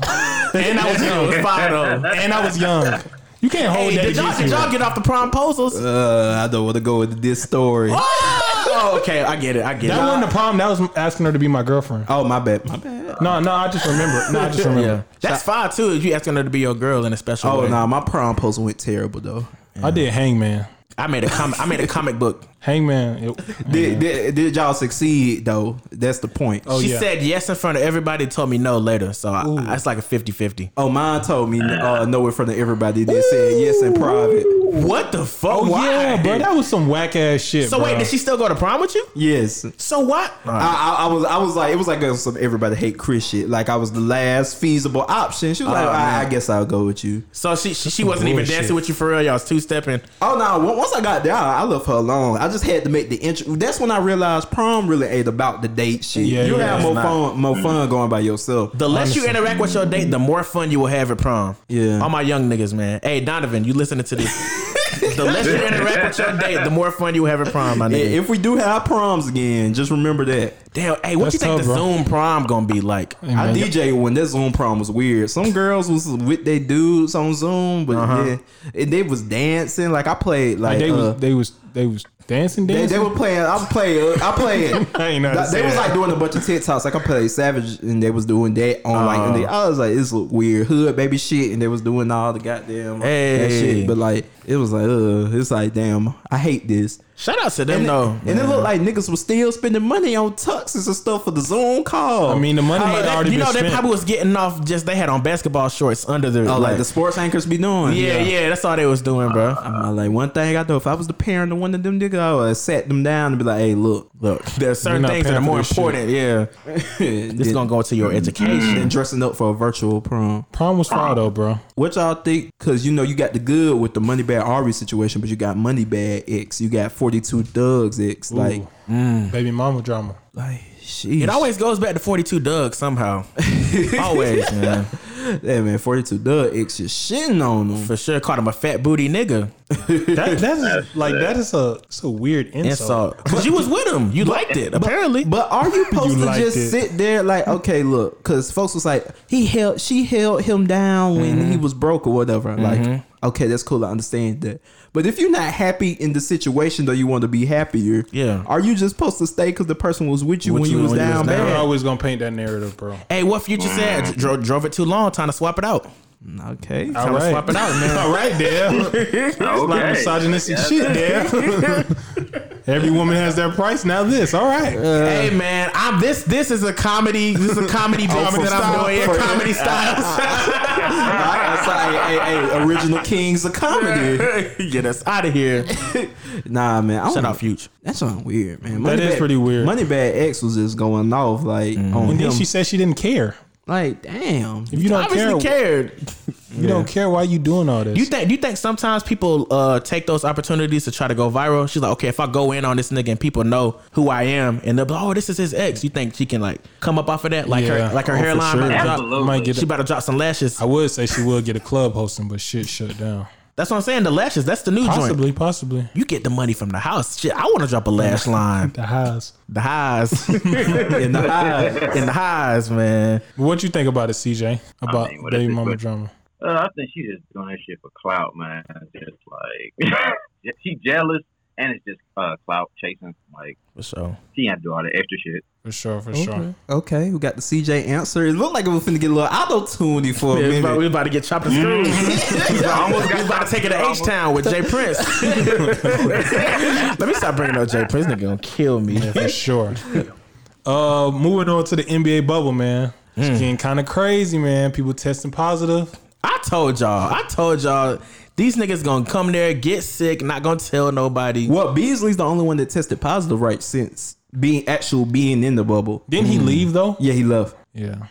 S3: and I was young.
S2: fine though.
S3: And I was young. You can't hold
S2: Hey,
S3: that
S2: did y'all,
S3: against
S2: did
S3: me.
S2: y'all get off the promposals?
S4: Uh, I don't want to go into this story.
S2: oh, okay, I get it. I get
S3: That
S2: it.
S3: wasn't the problem. That was asking her to be my girlfriend.
S4: Oh, my bad. My bad.
S3: No, no, I just remember. No, I
S2: [laughs]
S3: just remember.
S2: That's fine too. If you asking her to be your girl in a special
S4: Oh,
S2: way.
S4: nah, my prom post went terrible though.
S3: I did Hangman.
S2: I made a comic. I made a comic book.
S3: Hangman. It,
S2: [laughs]
S4: Did, did, did y'all succeed though? That's the point.
S3: Oh,
S2: she
S3: yeah.
S2: said yes in front of everybody told me no later so I, I- it's like a 50-50
S4: Oh, mine told me uh, no in front of everybody. They said yes in private.
S2: what the fuck
S3: oh
S2: Why?
S3: yeah, bro. That was some whack ass shit.
S2: so
S3: bro.
S2: wait did she still go to prom with you
S4: Yes.
S2: so what
S4: I, I, I was I was like it was like some everybody hate Chris shit. Like I was the last feasible option. She was
S3: Oh,
S4: like, I, I guess I'll go with you.
S2: so she she, she wasn't even
S3: bullshit.
S2: dancing with you for real y'all was two-stepping
S4: Oh no! on- Once I got there, I I left her alone. I just had to make the intro. That's when I realized prom really ain't about the date shit.
S3: Yeah,
S4: you
S3: yeah,
S4: have
S3: it's
S4: more
S3: not. Mm.
S4: fun, more fun going by yourself.
S2: the less you interact with your date the more fun you will have at prom
S4: Yeah.
S2: all my young niggas man hey donovan you listening to this the less you interact with your date the more fun you will have at prom my
S4: Yeah,
S2: nigga
S4: If we do have proms again, just remember that.
S2: damn hey what
S3: That's
S2: you think
S3: tough,
S2: the
S3: bro.
S2: zoom prom gonna be like
S3: Hey,
S4: I
S3: man,
S4: DJ when that Zoom prom was weird. Some girls was with they dudes on Zoom, but yeah, and they was dancing. Like I played like,
S3: Uh-huh. they
S4: uh,
S3: was they was they was dancing
S4: they, they
S3: dancing.
S4: were playing. I played.
S2: [laughs]
S4: I played.
S3: I ain't know how to
S4: they
S3: say
S4: was
S3: that.
S4: like doing a bunch of TikToks. Like I played Savage, and they was doing that on like. And they,
S2: Uh-huh.
S4: I was like, this look weird, hood baby shit, and they was doing all the goddamn like, that
S2: Hey.
S4: shit. But like, it was like, uh, it's like, damn, I hate this.
S2: shout out to them
S4: And,
S2: though
S4: it, and it looked like niggas was still spending money on tuxes and stuff for the Zoom call.
S3: I mean, the money
S2: Hey,
S3: might
S2: that-
S3: already
S2: you
S3: been
S2: know they
S3: spent.
S2: probably was getting off just they had on basketball shorts under their
S4: Oh, like the sports anchors be doing.
S2: Yeah, yeah, that's all they was doing, bro.
S4: I like one thing I know if I was the parent of one of them niggas, I would have sat them down and be like, "Hey, look,
S2: Look, there's certain
S3: not
S2: things that
S3: paying
S2: are
S3: for
S2: more
S3: this
S2: important. Yeah,
S4: [laughs] this
S2: it's gonna go to
S3: Mm-hmm.
S2: your education.
S4: and dressing up for a virtual prom."
S3: Prom was fire though, bro.
S4: What y'all think? Because you know you got the good with the money bag Ari situation, but you got money bag X, you got forty two thugs X, like,
S2: Mm.
S3: Baby mama drama.
S4: like,
S2: It
S4: sheesh.
S2: always goes back to 42 Doug
S4: [laughs]
S2: somehow. always, man.
S4: Hey man, forty two thug X is shitting on them.
S2: For sure, called him a fat booty nigga.
S3: That
S2: [laughs]
S3: that is like that is a it's a weird insult.
S2: Insult. Because you was with him. You liked it, apparently.
S3: [laughs]
S4: But are you supposed to
S3: liked
S4: just
S3: it.
S4: sit there like, okay, look, because folks was like, he held, she held him down when he
S3: Mm-hmm.
S4: was broke or whatever. Like, okay, that's cool. I understand that. But if you're not happy in the situation, though, you want to be happier.
S2: Yeah.
S4: Are you just supposed to stay because the person was with you
S2: With
S4: when
S2: you
S4: you was
S2: when you was
S4: down
S2: down.
S4: bad?
S3: They're always gonna paint that narrative, bro.
S2: hey, what Future said, dro- drove it too long, time to swap it out.
S4: Okay.
S3: All right.
S4: Swap it out, man.
S3: [laughs] All right,
S5: [laughs]
S3: Dale.
S5: Okay.
S3: A lot of misogynistic
S5: [laughs]
S3: shit, Dale. [laughs] Every woman has their price. Now this. All right.
S2: hey man, I'm this. This is a comedy. This is a
S3: [laughs]
S2: comedy drama
S4: for
S2: that I'm
S4: style-
S2: doing.
S4: for-
S2: comedy styles.
S4: I, I saw, hey, hey, hey, original kings
S3: [laughs]
S4: of comedy.
S2: [laughs] Get us out of [laughs] here.
S4: Nah, man. I
S2: Shut
S4: don't-
S2: up, Future.
S4: That's something weird, man.
S3: That is
S4: Bag-
S3: pretty weird. Mm-hmm.
S4: Moneybag X was just going off like on
S3: And
S4: him.
S3: then she said she didn't care. [laughs]
S4: like, damn. [laughs]
S3: If you don't care,
S2: Obviously cared.
S3: you don't care. Why you doing all this?
S2: You think you think sometimes people uh, take those opportunities to try to go viral? She's like, okay, if I go in on this nigga and people know who I am, and they're like, oh, this is his ex. You think she can like come up off of that, like
S3: Yeah.
S2: her like her
S3: Oh, for
S2: hairline?
S3: sure.
S2: About to drop,
S5: Absolutely.
S3: might get.
S2: she about to drop some lashes.
S3: I would say she will get a club hosting, but shit shut down.
S2: That's what I'm saying. The lashes. That's the new joint.
S3: Possibly, possibly.
S2: You get the money from the house. Shit, I want to drop a [laughs] lash line.
S3: The highs.
S2: The highs, [laughs] in the highs, in the highs, man.
S3: What you think about it, CJ? About
S5: mean, what is
S3: baby
S5: it,
S3: mama
S5: but-
S3: drama?
S5: Uh, I think she's just doing that shit for clout, man. Just like [laughs] she jealous, and it's just uh, clout chasing. Like
S2: For sure.
S5: she ain't do all that
S3: [laughs]
S5: extra shit.
S3: For sure, for
S4: Okay.
S3: sure.
S4: Okay, we got the CJ answer. It looked like we were finna get a little auto tuney for a
S2: Yeah, we
S4: minute.
S2: about, we about to get chopped and screwed. [laughs] I almost
S5: [laughs]
S2: got about to take it to H Town with Jay Prince. [laughs] Let me stop bringing up Jay Prince. Nigga gonna kill me.
S3: Yeah, for sure. [laughs] Uh, moving on to the NBA bubble, man. It's getting kind of crazy, man. People testing positive.
S2: I told y'all. I told y'all. These niggas gonna come there, get sick, not gonna tell nobody.
S4: Well, Beasley's the only one that tested positive right since being actual being in the bubble.
S3: Didn't he leave though?
S4: Yeah, he left.
S3: Yeah.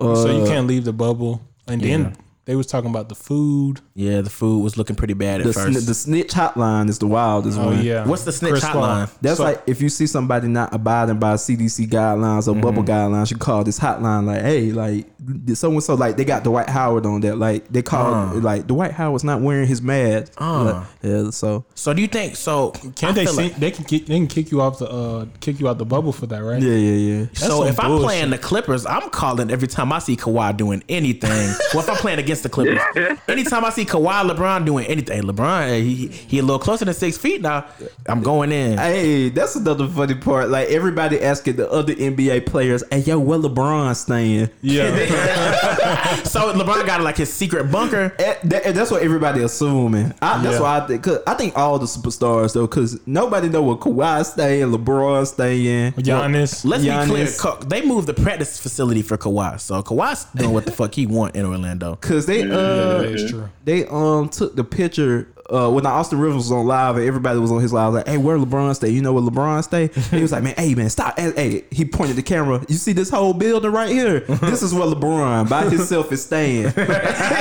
S3: so
S2: Uh,
S3: you can't leave the bubble. And then they was talking about the food.
S2: Yeah, the food was looking pretty bad at
S4: The,
S2: first.
S4: sn- the snitch hotline is the wildest one.
S3: Oh yeah.
S2: What's the snitch hotline?
S4: That's
S3: So-
S4: like if you see somebody not abiding by CDC guidelines
S2: Mm-hmm.
S4: or bubble guidelines, you call this hotline like, hey, like so and so, like they got Dwight Howard on that. Like they called like Dwight Howard's not wearing his mask.
S2: Uh.
S4: Like, yeah, so
S2: so do you think? So
S3: Can't
S2: I
S3: they?
S2: feel
S3: Sing,
S2: like-
S3: they can kick, they can kick you off the uh, kick you out the bubble for that, right?
S4: yeah, yeah, yeah.
S2: so
S3: some
S2: if I'm
S3: bullshit.
S2: playing the Clippers, I'm calling every time I see Kawhi doing anything. [laughs] well, if I'm playing against the Clippers, anytime I see Kawhi, LeBron doing anything, LeBron eh, he he a little closer than six feet now. I'm going in.
S4: Hey, that's another funny part. Like everybody asking the other NBA players, "Hey, yo, where LeBron staying?"
S3: Yeah.
S2: [laughs] so LeBron got like his secret bunker.
S4: Eh, that- eh, that's what everybody assuming. I, that's
S3: Yeah.
S4: why I think. Cause I think all the superstars though, because nobody know where Kawhi staying, LeBron staying.
S3: Giannis.
S2: Let's
S4: Giannis.
S2: be clear. Ka- They moved the practice facility for Kawhi, so Kawhi's doing what the fuck he want in Orlando.
S4: Cause they
S3: yeah,
S4: uh
S3: that is true.
S4: they um took the picture uh when the Austin Rivers was on live and everybody was on his live like, hey, where LeBron stay? You know where LeBron stay? And he was like, man, hey man, stop. Hey, hey, he pointed the camera. You see this whole building right here? This is where LeBron by himself is staying. [laughs]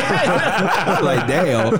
S4: I'm like damn,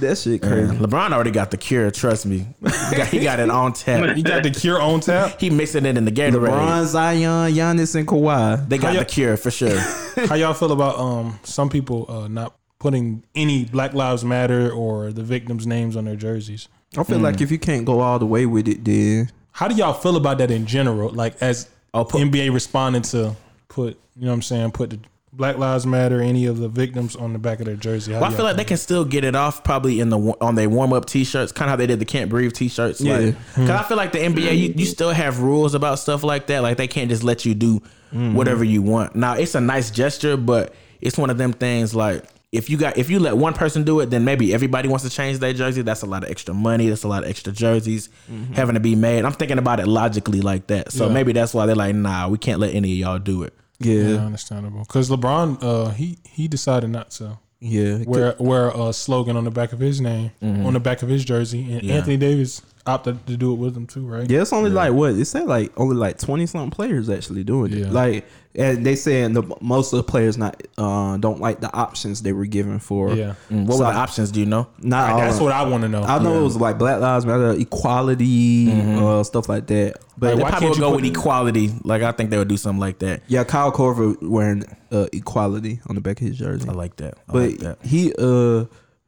S4: that shit crazy.
S2: LeBron already got the cure. Trust me, he got, he got it on tap.
S4: [laughs]
S3: You got the cure on tap.
S2: He mixing it in the Gatorade.
S4: LeBron, Zion, Giannis, and Kawhi.
S2: they got
S3: How
S2: the
S3: ya-
S2: cure for sure.
S3: [laughs]
S4: [laughs]
S3: How y'all feel about um some people uh, not putting any Black Lives Matter or the victims' names on their jerseys?
S4: I feel like if you can't go all the way with it, then
S3: How do y'all feel about that in general? Like as
S2: I'll Oh, put-
S3: NBA responding to put you know what I'm saying put the Black Lives Matter any of the victims on the back of their jersey. How
S2: Well,
S3: do
S2: I feel
S3: y'all
S2: like they can still get it off probably in the wa- on their warm up t shirts, kind of how they did the can't breathe t shirts. Yeah,
S4: Yeah.
S2: because I feel like the NBA, you, you still have rules about stuff like that. Like they can't just let you do whatever you want. Now it's a nice gesture, but it's one of them things like. If you got if you let one person do it, then maybe everybody wants to change their jersey. That's a lot of extra money. That's a lot of extra jerseys having to be made. I'm thinking about it logically like that. So
S3: Yeah.
S2: maybe that's why they're like, nah, we can't let any of y'all do it.
S3: Yeah,
S4: yeah,
S3: understandable. Because LeBron, uh, he he decided not to
S4: yeah.
S3: wear wear a slogan on the back of his name
S4: Mm-hmm.
S3: on the back of his jersey, and Anthony Davis opted to do it with him too, right?
S4: Yeah, it's only like what it said like only like twenty something players actually doing
S3: Yeah.
S4: it. Like, and they saying the most of the players not uh, don't like the options they were given for.
S3: yeah.
S2: Mm, What were the options? Do you know?
S4: not all.
S3: That's what I want to know.
S4: I know it was like Black Lives Matter, equality,
S2: Mm-hmm.
S4: uh, stuff like that. But
S2: They
S3: why
S2: probably
S3: can't
S2: would
S3: you
S2: go
S3: put-
S2: with equality. Like I think they would do something like that.
S4: yeah, Kyle Corver wearing uh, equality on the back of his jersey.
S2: I like that. I
S4: but
S2: like that.
S4: he, uh,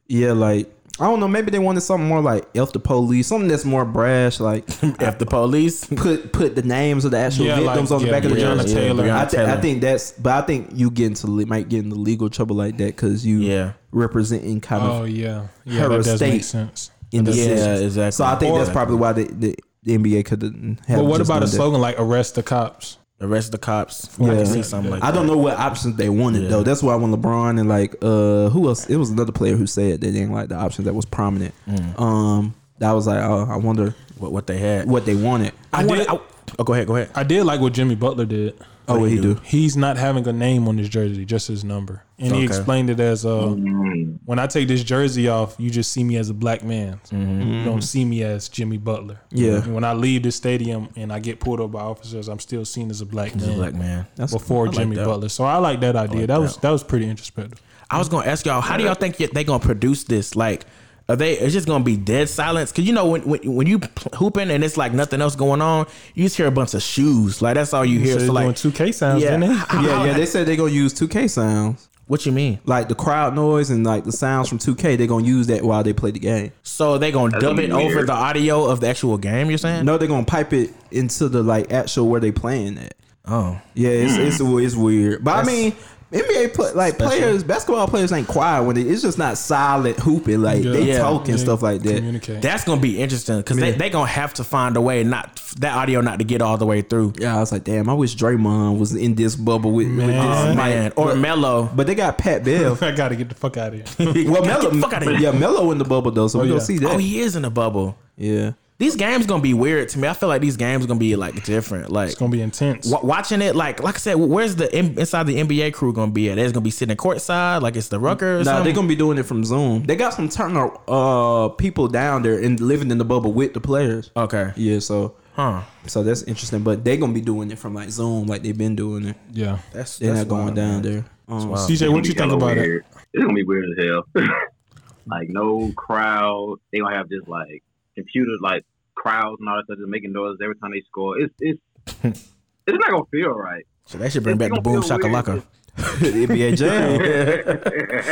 S4: yeah, like I don't know. Maybe they wanted something more like F the Police, something that's more brash, like.
S2: [laughs] If the police,
S4: put put the names of the actual
S3: Yeah, like,
S4: victims on the
S3: yeah,
S4: back of the
S3: Breonna
S4: jersey.
S3: Taylor.
S4: I,
S2: Breonna
S4: thi- I
S2: Taylor.
S4: think that's, but I think you get into le- might get into legal trouble like that because you
S2: Yeah.
S4: representing kind
S3: oh
S4: of
S3: yeah, yeah,
S4: Her
S3: that does
S4: estate.
S3: make sense.
S4: in the
S2: yeah,
S4: decision.
S2: exactly.
S4: So I think
S2: Or-
S4: that's probably why the, the, the NBA couldn't have.
S3: But what
S4: just
S3: about a
S4: done that.
S3: slogan like "Arrest the Cops"?
S2: arrest the cops. I
S4: Yeah.
S2: can see something like
S4: I
S2: that.
S4: don't know what options they wanted though. That's why when LeBron and like uh who else? It was another player who said they didn't like the options that was prominent.
S2: Mm.
S4: Um, that was like, oh, I wonder
S2: what, what they had.
S4: what they wanted.
S2: I,
S3: did-
S2: wanna- I- oh, go ahead, go ahead.
S3: I did like what Jimmy Butler did.
S4: Oh, what he do?
S3: He's not having a name on his jersey, just his number, and he
S2: Okay.
S3: explained it as, uh, "When I take this jersey off, you just see me as a black man. You don't see me as Jimmy Butler.
S4: Yeah.
S3: And when I leave the stadium and I get pulled up by officers, I'm still seen as a black man.
S2: He's a black man.
S3: Before Jimmy
S2: that.
S3: Butler, so I like that idea. that was
S2: that.
S3: that was pretty introspective.
S2: I was gonna ask y'all, how do y'all think they gonna produce this? Like, are they? It's just gonna be dead silence. Cause you know when when, when you pl- hooping and it's like nothing else going on, you just hear a bunch of shoes. Like that's all you hear. So,
S3: So they're doing
S2: like,
S3: two K sounds,
S2: yeah,
S3: didn't they?
S2: how-
S4: [laughs] Yeah,
S2: how-
S4: yeah. They said they're gonna use 2K sounds,
S2: What you mean?
S4: like the crowd noise and like the sounds from 2K. They're gonna use that while they play the game.
S2: So they gonna dub
S5: gonna
S2: it
S5: be
S2: over
S5: weird.
S2: the audio of the actual game? You're saying?
S4: No, they're gonna pipe it into the like actual where they playing at.
S2: Oh,
S4: Yeah, it's it's, it's weird. But I mean, NBA pla like players, basketball players ain't quiet when they, it's just not silent hooping. Like they
S2: Yeah.
S4: talk
S3: [laughs]
S4: and
S3: Yeah.
S4: stuff like that.
S3: Communicate.
S2: that's gonna be interesting because they they gonna have to find a way not that audio not to get all the way through.
S4: Yeah, I was like, damn, I wish Draymond was in this bubble with, with
S2: Oh, man,
S4: this man.
S2: or
S4: but,
S2: Mello.
S4: but they got Pat
S2: [laughs]
S4: Bev.
S3: I gotta get the fuck out of here.
S4: well, Melo,
S2: fuck outta here.
S4: yeah, Melo in the bubble though, so we
S3: yeah.
S4: gonna see that.
S2: Oh, he is in a bubble.
S4: yeah,
S2: These games gonna be weird to me. I feel like these games gonna be like different. Like
S3: it's gonna be intense.
S2: Wa watching it, like like I said, where's the in- inside the NBA crew gonna be at? They're gonna be sitting courtside, like it's the Rucker. Or
S4: nah, they're
S2: something?
S4: gonna be doing it from Zoom. They got some turner uh people down there and living in the bubble with the players.
S2: okay,
S4: Yeah, so
S2: huh?
S4: so that's interesting. But they gonna be doing it from like Zoom, like they've been doing it.
S3: Yeah.
S2: That's
S4: They're not going down there. Um, [laughs]
S3: CJ, what you think about it?
S5: weird. It's gonna be weird as hell. [laughs] like no crowd. They gonna have just like computers, like crowds and all that stuff, just making noise every time they score. It's
S3: [laughs]
S5: it's it's not gonna feel right.
S2: So they should bring back the
S5: It's
S2: boom
S5: gonna feel weird.
S2: shakalaka. [laughs]
S4: NBA Jam.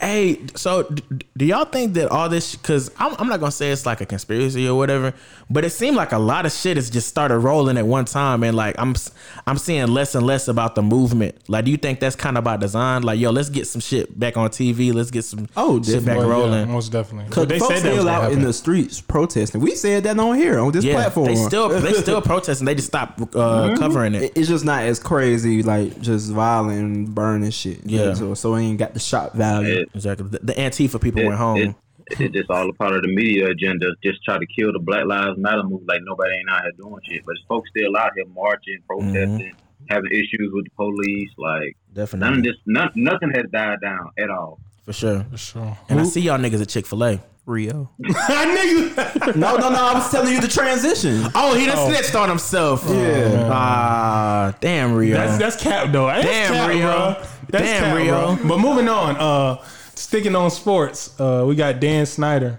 S2: Hey, so d- d- do y'all think that all this? Because I'm, I'm not gonna say it's like a conspiracy or whatever, but it seemed like a lot of shit has just started rolling at one time, and like I'm s- I'm seeing less and less about the movement. Like, do you think that's kind of by design? Like, yo, let's get some shit back on TV. Let's get some
S4: Oh,
S2: shit back
S3: Well, yeah,
S2: rolling.
S3: most definitely.
S4: Cause
S3: But they
S4: folks
S3: said that was
S4: still
S3: gonna
S4: out in
S3: happen.
S4: the streets protesting. We said that on here on this
S2: Yeah,
S4: platform. Mm-hmm.
S2: they still they still protesting. They just stopped uh, covering it.
S4: It- it's just not as crazy, like just violent and burning shit.
S2: Yeah.
S4: So, so it ain't got the shot value.
S5: It,
S2: Exactly. The, the Antifa people
S5: it,
S2: went home.
S5: it- it's just all a part of the media agenda. Just try to kill the Black Lives Matter movement. Like nobody ain't out here doing shit, but it's folks still out here marching, protesting,
S2: Mm-hmm.
S5: having issues with the police. Like none of
S2: Definitely.
S5: this, none, nothing has died down at all. [laughs]
S2: For sure.
S3: For sure.
S2: And I see y'all niggas at Chick fil A.
S4: Rio.
S2: I knew you.
S4: No, no, no. I was telling you the transition. [laughs]
S2: Oh, he done snitched on himself.
S4: Yeah.
S2: Ah, damn, Rio.
S3: That's that's cap though. That's
S2: Damn,
S3: cap,
S2: Rio.
S3: Bro. That's
S2: Damn,
S3: cap,
S2: Rio.
S3: Bro. But moving on, uh sticking on sports, uh we got Dan Snyder.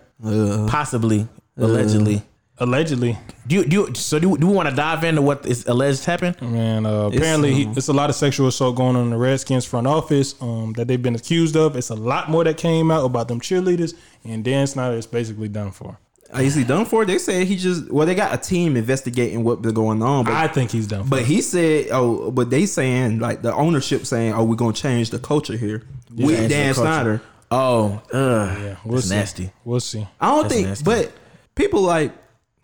S2: Possibly, allegedly.
S3: Allegedly.
S2: Do you, do you, so do, do we want to dive into what is alleged happened?
S3: Man, uh, apparently
S4: um,
S3: he, it's a lot of sexual assault going on in the Redskins front office um, that they've been accused of. It's a lot more that came out about them cheerleaders, and Dan Snyder is basically done for.
S4: Uh, Is he done for? They said he just. Well, they got a team investigating what's been going on, but.
S3: I think he's done. For.
S4: but he said, "Oh, but they saying like the ownership saying, oh, we're gonna change the culture here with
S2: Change the
S4: Dan
S2: culture.
S4: Snyder.'
S2: Oh, ugh.
S3: yeah, we'll
S2: That's
S3: see.
S2: nasty.
S3: We'll see.
S4: I don't
S2: That's
S4: think,
S2: nasty.
S4: but people like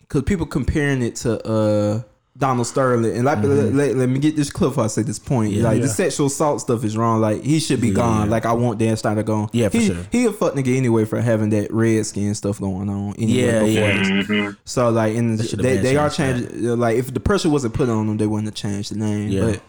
S4: because people comparing it to uh Donald Sterling, and like
S2: Mm-hmm.
S4: let, let, let me get this clip. Before I say this point, like the
S3: Yeah.
S4: sexual assault stuff is wrong. Like he should be gone. Like I want Dan Snyder gone.
S2: Yeah, for
S4: he,
S2: sure.
S4: He a fuck nigga anyway for having that red skin stuff going on. Anyway
S2: Yeah,
S4: before
S2: yeah.
S4: this. So like, and
S2: should've
S4: they
S2: been
S4: they are
S2: changed
S4: changing. Like if the pressure wasn't put on them, they wouldn't have changed the name.
S2: Yeah.
S4: But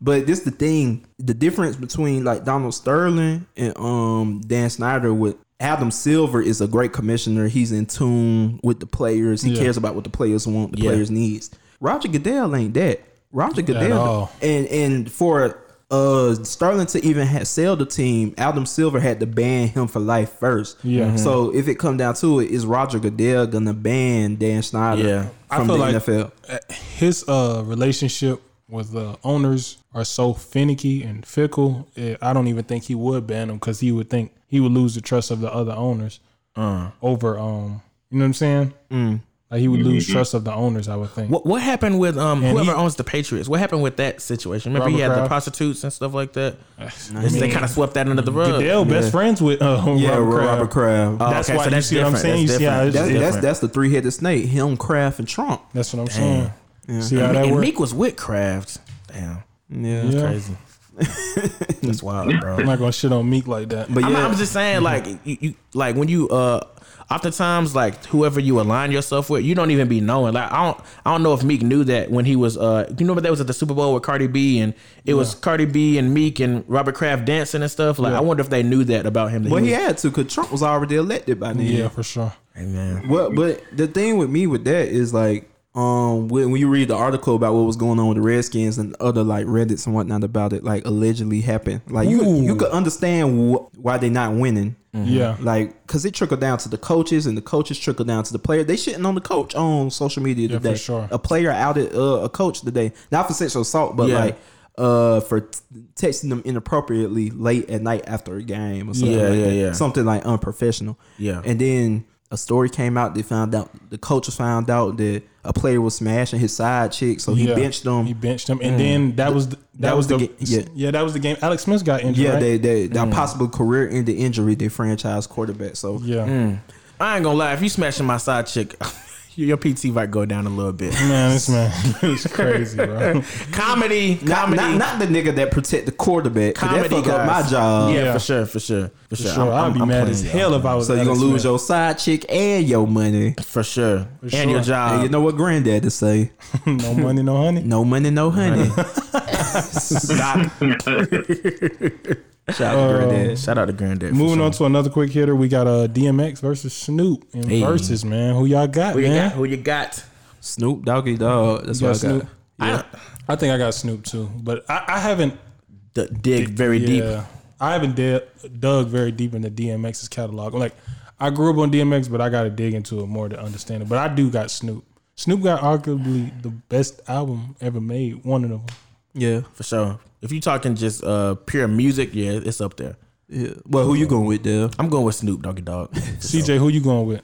S4: but this the thing, the difference between like Donald Sterling and um Dan Snyder with Adam Silver is a great commissioner. He's in tune with the players. He
S3: Yeah.
S4: cares about what the players want, the
S2: Yeah.
S4: players needs. Roger Goodell ain't that. Roger Goodell
S3: all.
S4: and and for uh Sterling to even ha sell the team, Adam Silver had to ban him for life first.
S3: Yeah. Mhm.
S4: So if it come down to it, is Roger Goodell gonna ban Dan Snyder
S2: Yeah.
S4: from the NFL?
S3: his uh relationship with the owners are so finicky and fickle. eh, I don't even think he would ban them because he would think he would lose the trust of the other owners
S4: Uh.
S3: over um. You know what I'm saying?
S4: Mm.
S3: Like he would lose trust of the owners. I would think.
S2: What, what happened with um whoever
S3: he-
S2: owns the Patriots? What happened with that situation? Remember he
S3: Robert
S2: had the
S3: Kraft?
S2: prostitutes and stuff like that.
S3: I
S2: they
S3: mean,
S2: kind of swept that under the rug.
S3: Goodell best friends with uh, [laughs]
S4: Yeah,
S3: Robert Kraft.
S4: Robert, Kraft.
S2: Oh,
S3: That's why you see what I'm
S2: different.
S3: saying? You see how
S2: different.
S3: it's-
S4: that's, that's
S2: different.
S4: that's the three headed snake. Him, Kraft, and Trump.
S3: That's what I'm saying. See how that
S2: and
S3: works?
S2: Meek was with Kraft. Damn,
S4: Yeah.
S3: Yeah. [laughs]
S2: crazy. That's wild, bro.
S3: I'm not gonna shit on Meek like that.
S4: But
S2: I'm,
S4: yeah, Mm-hmm.
S2: I'm just saying, like you, you, like when you, uh, oftentimes, like whoever you align yourself with, you don't even be knowing. Like I don't, I don't know if Meek knew that when he was, uh, you remember that was at the Super Bowl with Cardi B, and it was Cardi B and Meek and Robert Kraft dancing and stuff. Like I wonder if they knew that about him. that
S4: well,
S2: was-
S4: he had to because Trump was already elected by then.
S3: yeah, for sure.
S2: Hey, man.
S4: Well, but the thing with me with that is like, um, when, when you read the article about what was going on with the Redskins and other like Reddits and whatnot about it, like allegedly happened. Like you,
S3: Ooh.
S4: you could understand wh- why they not winning.
S3: Yeah,
S4: Like, cause it trickled down to the coaches, and the coaches trickled down to the player. They shitting on the coach on social media
S3: Yeah, for
S4: today.
S3: sure.
S4: A player outed uh, a coach today, not for sexual assault, but
S2: Yeah.
S4: like uh for t- texting them inappropriately late at night after a game or something.
S2: Yeah,
S4: like
S2: yeah,
S4: that.
S2: yeah.
S4: Something like unprofessional.
S2: Yeah.
S4: And then a story came out. They found out the coaches found out that a player was smashing his side chick, so he
S3: yeah.
S4: benched them. Mm.
S3: He benched him, and then that was the, that, was, the,
S4: ga- yeah.
S3: yeah that was the game. Alex Smith got injured.
S4: yeah,
S3: right?
S4: they they that possible career ending injury. They franchise quarterback. So
S3: yeah.
S2: I ain't gonna lie. If you smashing my side chick, [laughs] your PT might go down a little bit.
S4: Mm-hmm.
S3: Man, this man [laughs] is crazy, bro.
S2: Comedy,
S4: Not,
S2: comedy.
S4: not, not the nigga that protect the quarterback. 'cause
S2: Comedy
S4: that fuck up
S2: guys.
S4: my job.
S2: yeah,
S3: Yeah.
S2: for sure, for sure, for sure.
S3: Sure, I'd be mad
S2: playing
S3: as
S2: y'all.
S3: hell if I was.
S4: So you gonna
S3: Alex
S4: lose
S3: Smith.
S4: your side chick and your money.
S2: for sure, and
S3: sure.
S2: your job.
S4: and you know what granddaddy say?
S3: no money, no
S4: [laughs]
S3: honey.
S4: No money, no honey. Stop. Shout out to granddad.
S2: Shout out to Granddad. for
S3: Moving
S2: sure.
S3: on to another quick hitter, we got uh, DMX versus Snoop and
S2: Hey.
S3: versus man. Who y'all got,
S2: who you
S3: man?
S2: got? Who you got?
S4: Snoop Doggy Dog. That's
S3: You got
S4: what I
S3: Snoop.
S4: got.
S3: Yeah. I, think I got Snoop too, but I, I haven't.
S2: D- dig very
S3: yeah,
S2: deep.
S3: I haven't de- dug very deep into DMX's catalog. Like I grew up on DMX, but I got to dig into it more to understand it. But I do got Snoop. Snoop got arguably the best album ever made. One of them.
S4: Yeah.
S2: for sure. If you're talking just uh, pure music, yeah, it's up there.
S4: Yeah. Well, who you going with, Dell?
S2: I'm going with Snoop Doggy [laughs] Dog.
S3: CJ, who you going with?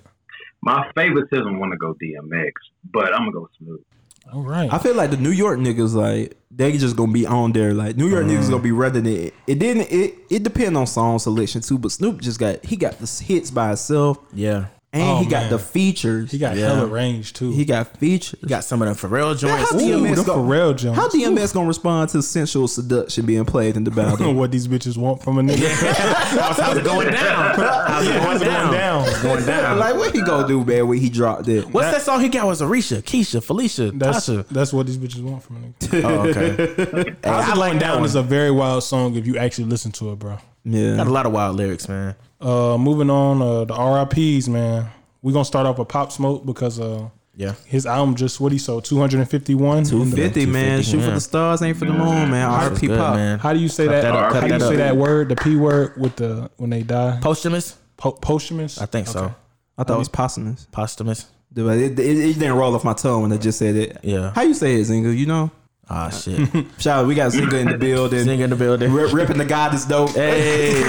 S5: My favoritism want to go DMX, but I'm gonna go Snoop.
S3: All right.
S4: I feel like the New York niggas like they just gonna be on there. Like New York niggas gonna be running it. It didn't. It it depend on song selection too. But Snoop just got he got the hits by himself,
S2: yeah,
S4: and
S3: Oh,
S4: he got
S3: man.
S4: the features.
S3: he got
S2: Yeah.
S3: hella range too.
S4: He got features.
S2: you got some of them Pharrell joints.
S4: how do you-
S2: Ooh,
S4: DMX
S3: Ooh, them
S4: go-
S3: Pharrell Jones.
S4: How DMX gonna respond to sensual seduction being played in the
S3: I don't
S4: battle? [laughs]
S3: know what these bitches want from a nigga.
S2: how's, how's it going down? [laughs] How's
S3: [laughs]
S2: it going down? [laughs] Going down.
S4: like what he gonna do, man? When he dropped it,
S2: What's that song he got? Was Arisha, Keisha, Felicia, [laughs]
S3: That's
S2: Tasha.
S3: that's what these bitches want from a nigga.
S2: Oh, okay. Hey, I like that
S3: Down
S2: one.
S3: is a very wild song if you actually listen to it, bro.
S2: Got
S4: yeah,
S2: a lot of wild lyrics, man.
S3: Uh, moving on, uh, the RIPS, man. We're gonna start off with Pop Smoke because uh,
S2: Yeah.
S3: his album just what he sold two hundred and fifty one.
S4: fifty man, shoot for the stars, ain't for the moon, man.
S2: That's
S4: R.P.
S2: good,
S4: Pop.
S2: man.
S3: How do you say that?
S2: that up, cut
S3: how do you
S2: that
S3: say
S2: up.
S3: that word? The p word with the when they die.
S2: Posthumous?
S3: Po- posthumous.
S2: I think so.
S4: I thought it was posthumous,
S2: Posthumous.
S4: but it, it, it didn't roll off my tongue when I just said it.
S2: Yeah.
S4: How you say it, Zinga? You know,
S2: Ah, [laughs] shit.
S4: shout out, we got
S2: [laughs]
S4: Zinga in the building.
S2: Singer in the building.
S4: Rip, ripping the god is dope.
S2: Hey,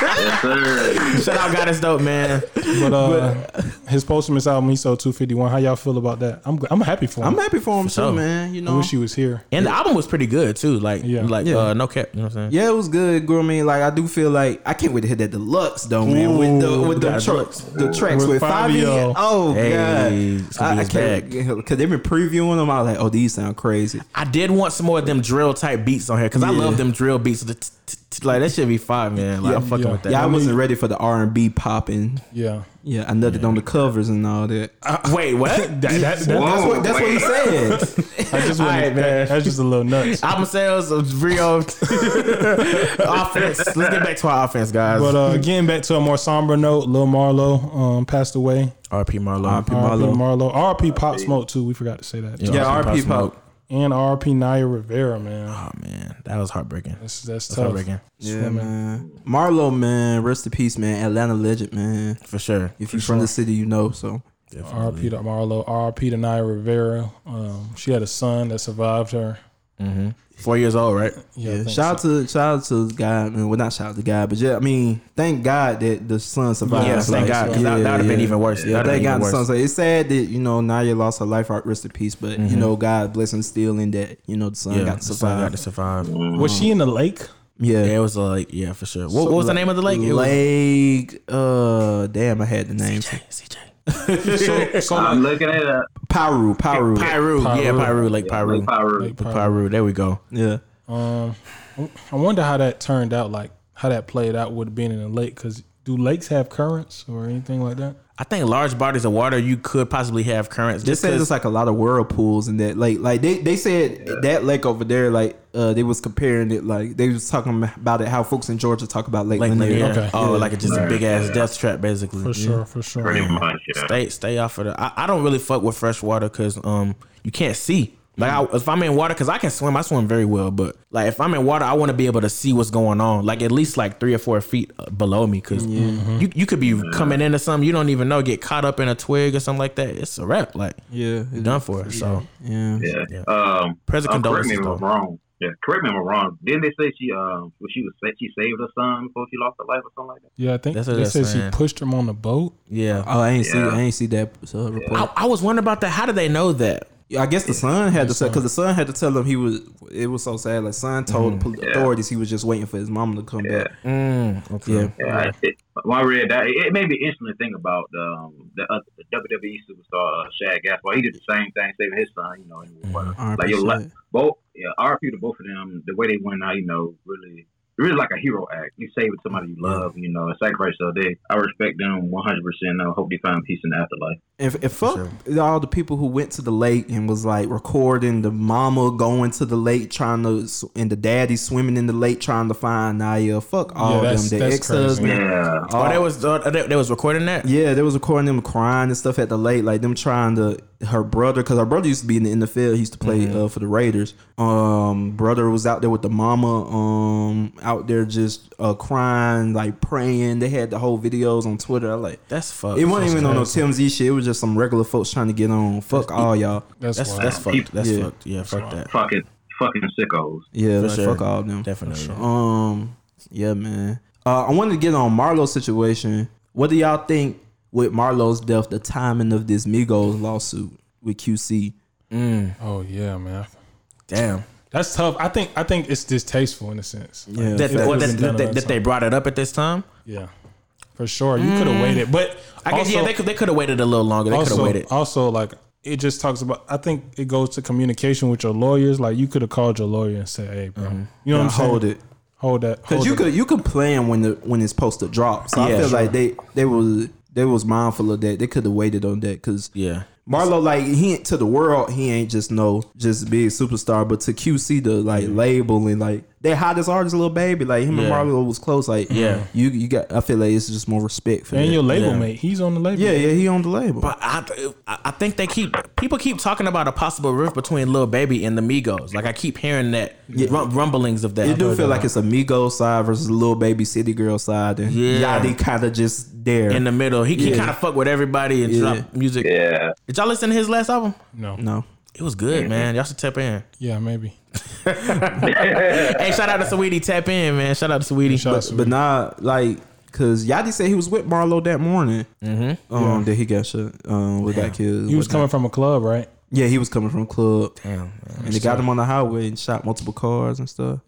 S5: Yes, sir.
S2: shout out, God is dope, man.
S3: But, uh, his posthumous album he sold two fifty one. How y'all feel about that? I'm I'm happy for him.
S4: [laughs] I'm happy for him too,
S2: sure.
S4: man. You
S3: I
S4: know,
S3: wish he was here.
S2: And the album was pretty good too. Like,
S3: Yeah.
S2: like
S4: Yeah.
S2: Uh, no cap. You know what I'm saying?
S4: yeah, it was good. Girl, I mean, like I do feel like I can't wait to hit that deluxe though, man. With the with the
S2: Ooh.
S4: tracks, the tracks
S3: With
S4: with
S3: Fabio.
S4: Fabio. Oh
S2: Hey, it's gonna be
S4: god, I, I
S2: his
S4: can't because they've been previewing them. I was like, oh, these sound crazy.
S2: I did want some more of them drill type beats on here because I
S4: Yeah.
S2: love them drill beats. The t- t- t- Like that should be fire, man. Like I'm fucking
S3: yeah.
S2: with that.
S4: Yeah, I wasn't ready for the R and B popping.
S3: Yeah.
S4: Yeah, I nutted on the covers and all that.
S2: Wait, what?
S3: [laughs] That, that, that,
S5: Whoa.
S4: That's what that's what he said.
S3: I just wanted,
S2: Alright, man.
S3: that, that's just a little
S2: [laughs]
S3: nuts.
S2: Album sales of Rio [laughs] offense. Let's get back to our offense, guys.
S3: But uh, getting back to a more somber note, Lil Marlo um, passed away.
S2: R.P. Marlowe.
S4: R.P.
S3: R.P.
S4: Marlo.
S3: Marlo. R.P. Pop Smoke too. We forgot to say that.
S2: Yeah.
S4: yeah, R&B
S2: Pop
S4: pop.
S3: And R.P. Naya Rivera, man.
S2: Oh man, that was heartbreaking.
S3: That's that's
S2: That's
S3: tough.
S2: heartbreaking
S4: Yeah, man. Marlo, man, rest in peace, man. Atlanta legend, man.
S2: for sure.
S4: If you're from the city, you know. So
S3: R.P. to Marlo. R.P. to Naya Rivera. Um, she had a son that survived her.
S2: Four years old, right?
S3: Yeah. I
S4: Yeah,
S3: think
S4: shout out to shout out to God, man. Well, not shout out to God, but yeah, I mean, thank God that the son survived.
S2: Yeah, thank God, 'cause that- that would've been even worse.
S4: Yeah,
S2: That'd've been
S4: thank God
S2: even
S4: the son.
S2: worse.
S4: So it's sad that you know Naya lost her life, rest in peace. But you know, God bless him still in that you know the son
S2: Mm-hmm. Yeah,
S4: got to
S2: the son got
S4: survive.
S2: to survive.
S3: so. Was she in the lake?
S4: yeah.
S2: Yeah, it was like yeah, for sure. What, what was the name of the lake? It was-
S4: Lake. Uh, damn, I had the name.
S2: CJ, CJ.
S3: So, so
S5: I'm
S3: like,
S5: looking at it.
S4: Pyru, Pyru.
S2: Pyru. Yeah, Pyru. Like Pyru.
S5: Like Pyro.
S2: Pyru. There we go.
S4: Yeah.
S3: um, I wonder how that turned out. Like how that played out with being in a lake. Because do lakes have currents or anything like that?
S2: I think large bodies of water, you could possibly have currents.
S4: They
S2: Just
S4: said it's
S2: because
S4: like a lot of whirlpools and that like like they, they said that lake over there like uh they was comparing it like they was talking about it how folks in Georgia talk about Lake,
S2: like,
S4: Lanier.
S2: yeah.
S3: Okay.
S2: oh, like it's just a big ass death trap, basically.
S3: For sure, for sure.
S5: Pretty much, yeah.
S2: Stay, stay off of the. I, I don't really fuck with fresh water because um, you can't see. Like I, if I'm in water, because I can swim, I swim very well. But like if I'm in water, I want to be able to see what's going on. Like at least like three or four feet uh, below me, because
S4: Mm-hmm.
S2: you you could be coming into something you don't even know, get caught up in a twig or something like that. It's a wrap. Like
S4: Yeah.
S2: you're done for. So
S4: Yeah.
S5: Yeah.
S2: Yeah.
S5: Um,
S2: Present
S5: um, correct me
S2: condolences,
S5: if I'm
S2: though.
S5: wrong. Yeah, correct me if I'm wrong. Didn't they say she um well, she was sa- she saved her son before she lost her life or something like that?
S3: Yeah, I think
S2: That's what
S3: they
S2: they're
S3: said she
S2: saying.
S3: pushed him on the boat.
S2: Yeah,
S4: Oh, I ain't see
S5: Yeah.
S4: I ain't see that uh, report.
S2: I, I was wondering about that. How do they know that?
S4: I guess the son had to say because the son had to tell him he was. It was so sad. Like son
S5: Mm-hmm.
S4: told the pol- authorities he was just waiting for his mom to come back.
S2: Mm, okay.
S4: Yeah.
S5: Yeah. It, when I read that, it, it made me interesting to think about um, the, uh, the WWE superstar uh, Shad Gaspar. He did the same thing, saving his son. You know, and whatever. like your
S4: RIP.
S5: li- both. Yeah, RP to both of them. The way they went out, you know, really, really like a hero act. You save somebody you love, you know, and sacrifice yourself. They, I respect them one hundred percent. I hope they find peace in the afterlife.
S4: And, and fuck all the people who went to the lake and was like recording the mama going to the lake trying to s- and the daddy swimming in the lake trying to find Naya. Fuck all
S3: that's-
S4: them. The
S3: that's
S4: ex husband.
S5: Yeah,
S2: Oh, they was uh, they, they was recording that.
S4: Yeah, they was recording them crying and stuff at the lake, like them trying to her brother because her brother used to be in the NFL. He used to play uh, for the Raiders. Um, brother was out there with the mama, um, out there just uh, crying, like praying. They had the whole videos on Twitter. I like.
S2: That's fucked.
S4: It wasn't even on no
S3: crazy.
S4: TMZ shit. It was just some regular folks trying to get on. Fuck all y'all.
S3: That's,
S2: That's
S3: wild.
S2: that's fucked. That's
S4: Yeah.
S2: fucked. Yeah, fuck that.
S5: fucking fucking sickos.
S4: Yeah,
S2: For
S4: like,
S2: sure.
S4: fuck all them.
S2: Definitely.
S4: Um, yeah, man. Uh, I wanted to get on Marlo's situation. What do y'all think with Marlo's death, the timing of this Migos lawsuit with QC?
S3: oh yeah, man.
S2: Damn.
S3: That's tough. I think I think it's distasteful in a sense.
S4: Yeah,
S2: That,
S3: It
S2: or that,
S3: could've been done
S2: that, that,
S3: another
S2: they
S3: time.
S2: brought it up at this time.
S3: yeah, for sure. You could have waited, but
S2: Mm. I guess yeah, they could they could have waited a little longer. They could have
S3: also,
S2: waited.
S3: also like it just talks about. I think it goes to communication with your lawyers. Like you could have called your lawyer and said, "Hey, bro, you know what I'm saying?
S4: hold it.
S3: hold that."
S4: Cause
S3: hold
S4: you
S3: it.
S4: could you could plan when the when it's supposed to drop. So I
S2: Yeah,
S4: feel
S2: sure.
S4: like they they was they was mindful of that. They could have waited on that because
S2: yeah.
S4: Marlo, like he ain't- to the world, he ain't just no just big superstar, but to QC the like label and like they hottest artist, little baby, like him and
S2: Yeah.
S4: Marlo was close. Like
S2: Yeah.
S4: you you got. I feel like it's just more respect for
S3: and
S4: that.
S3: your label
S2: Yeah.
S3: mate. He's on the label.
S4: yeah, yeah, he on the label.
S2: But I, I I think they keep people keep talking about a possible rift between Lil Baby and the Migos. Like I keep hearing that rum- rumblings of that.
S4: It do
S2: But-
S4: feel like it's a Migos side versus little baby city girl side, and
S2: Yeah.
S4: Yachty kind of just there.
S2: Uh, in the middle. He, he
S4: Yeah.
S2: kind of fuck with everybody and
S4: Yeah.
S2: drop music.
S5: [laughs] Yeah,
S2: Did y'all listen to his last album?
S3: No.
S4: no,
S2: It was good, man. Y'all should tap in.
S3: Yeah, maybe.
S2: hey, shout out to Sweetie. Tap in, man. Shout out to Sweetie.
S3: Shout out to-
S4: but not like because Yachty said he was with Marlo that morning. Mm-hmm. Um, that he got shot. Um, with that kid.
S3: he was coming from a club, right?
S4: Yeah, he was coming from a club.
S2: Damn, man.
S4: And they got him on the highway and shot multiple cars and stuff.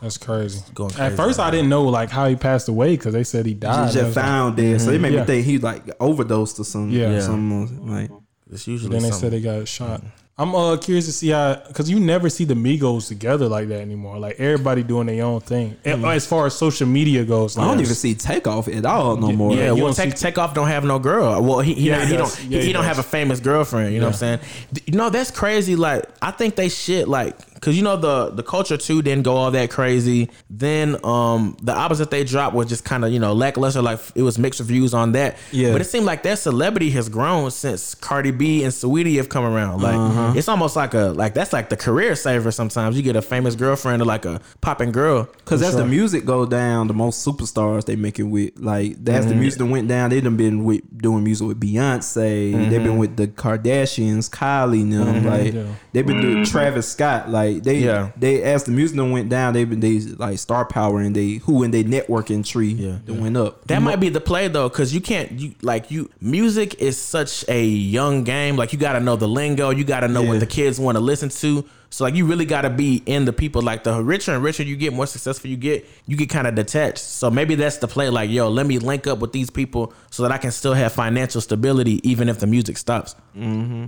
S3: That's crazy.
S2: going
S3: At
S2: crazy,
S3: first, I didn't know like how he passed away because they said he died.
S4: He
S3: I
S4: just
S3: Ah, was like-
S4: found dead, so it made
S3: Yeah.
S4: me think he like overdosed or something.
S3: Yeah.
S4: Yeah,
S3: Yeah.
S4: something like
S2: It's usually
S3: Then they
S2: something.
S3: said they got shot. I'm uh, curious to see how, because you never see the Migos together like that anymore. Like everybody doing their own thing. And As far as social media goes,
S4: Mm-hmm. I
S3: like,
S4: don't even see takeoff at all no more.
S2: Yeah,
S3: you
S2: well,
S3: don't
S2: take, Takeoff don't have no girl. Well, he he,
S3: Yeah,
S2: not-
S3: he
S2: he
S3: does.
S2: don't
S3: Yeah,
S2: he,
S3: he
S2: don't
S3: does.
S2: have a famous girlfriend. You know what I'm saying? D- You know that's crazy. Like I think they shit like because you know the the culture too didn't go all that crazy. Then um the albums that they dropped was just kind of you know lackluster. Like it was mixed reviews on that.
S4: Yeah.
S2: but it seemed like their celebrity has grown since Cardi B and Saweetie have come around. Like
S3: Uh-huh.
S2: it's almost like a like that's like the career saver. Sometimes you get a famous girlfriend or like a popping girl.
S4: Cause as the music go down, the most superstars they make it with, like that's
S3: Mm-hmm.
S4: the music that went down. They done been with doing music with Beyonce. They've been with the Kardashians, Kylie, and them. Like
S3: Mm-hmm. Yeah. Mm-hmm.
S4: they've been doing Travis Scott. Like they,
S2: Yeah.
S4: they as the music done went down, they've been they like star power and they who in their networking tree yeah. that went up.
S2: That might be the play though, because you can't you like you music is such a young game. Like you gotta know the lingo, you gotta know
S4: Yeah.
S2: what the kids want to listen to. So like you really gotta be in the people. Like the richer and richer you get, more successful you get, you get kind of detached. So maybe that's the play. Like yo, let me link up with these people so that I can still have financial stability even if the music stops.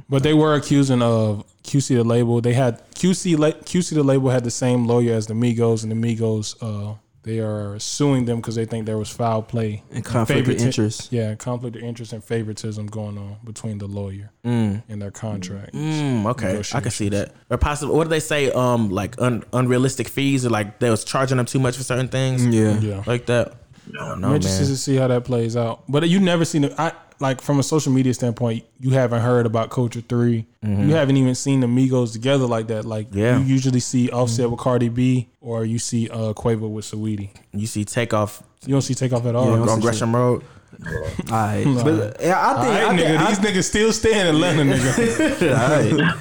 S3: But they were accusing of QC the label. They had QC la- QC the label had the same lawyer as the Migos, and the Migos uh, they are suing them because they think there was foul play
S4: And conflict of
S3: favoritism-
S4: interest.
S3: Yeah, conflict of interest and favoritism going on between the lawyer and their contract.
S2: Mm, okay, I can see that. Or possible. What do they say? Um, like un- unrealistic fees, or like they was charging them too much for certain things.
S4: Yeah.
S3: Yeah,
S2: like that. I don't know,
S4: Oh,
S3: I'm
S2: man.
S3: interested to see how that plays out. But you never seen it. I like from a social media standpoint, you haven't heard about Culture 3
S4: Mm-hmm.
S3: You haven't even seen the Migos together like that. Like
S2: Yeah.
S3: you usually see
S4: Mm-hmm.
S3: Offset with Cardi B, or you see uh, Quavo with Saweetie.
S2: You see takeoff
S3: You don't see Takeoff at all.
S4: Yeah,
S2: on Gresham Road.
S4: All
S3: [laughs]
S4: right. But yeah, I
S3: all
S4: think,
S3: right,
S4: I,
S3: nigga,
S4: think
S3: these [laughs] niggas still stay in Atlanta,
S4: [laughs]
S3: nigga.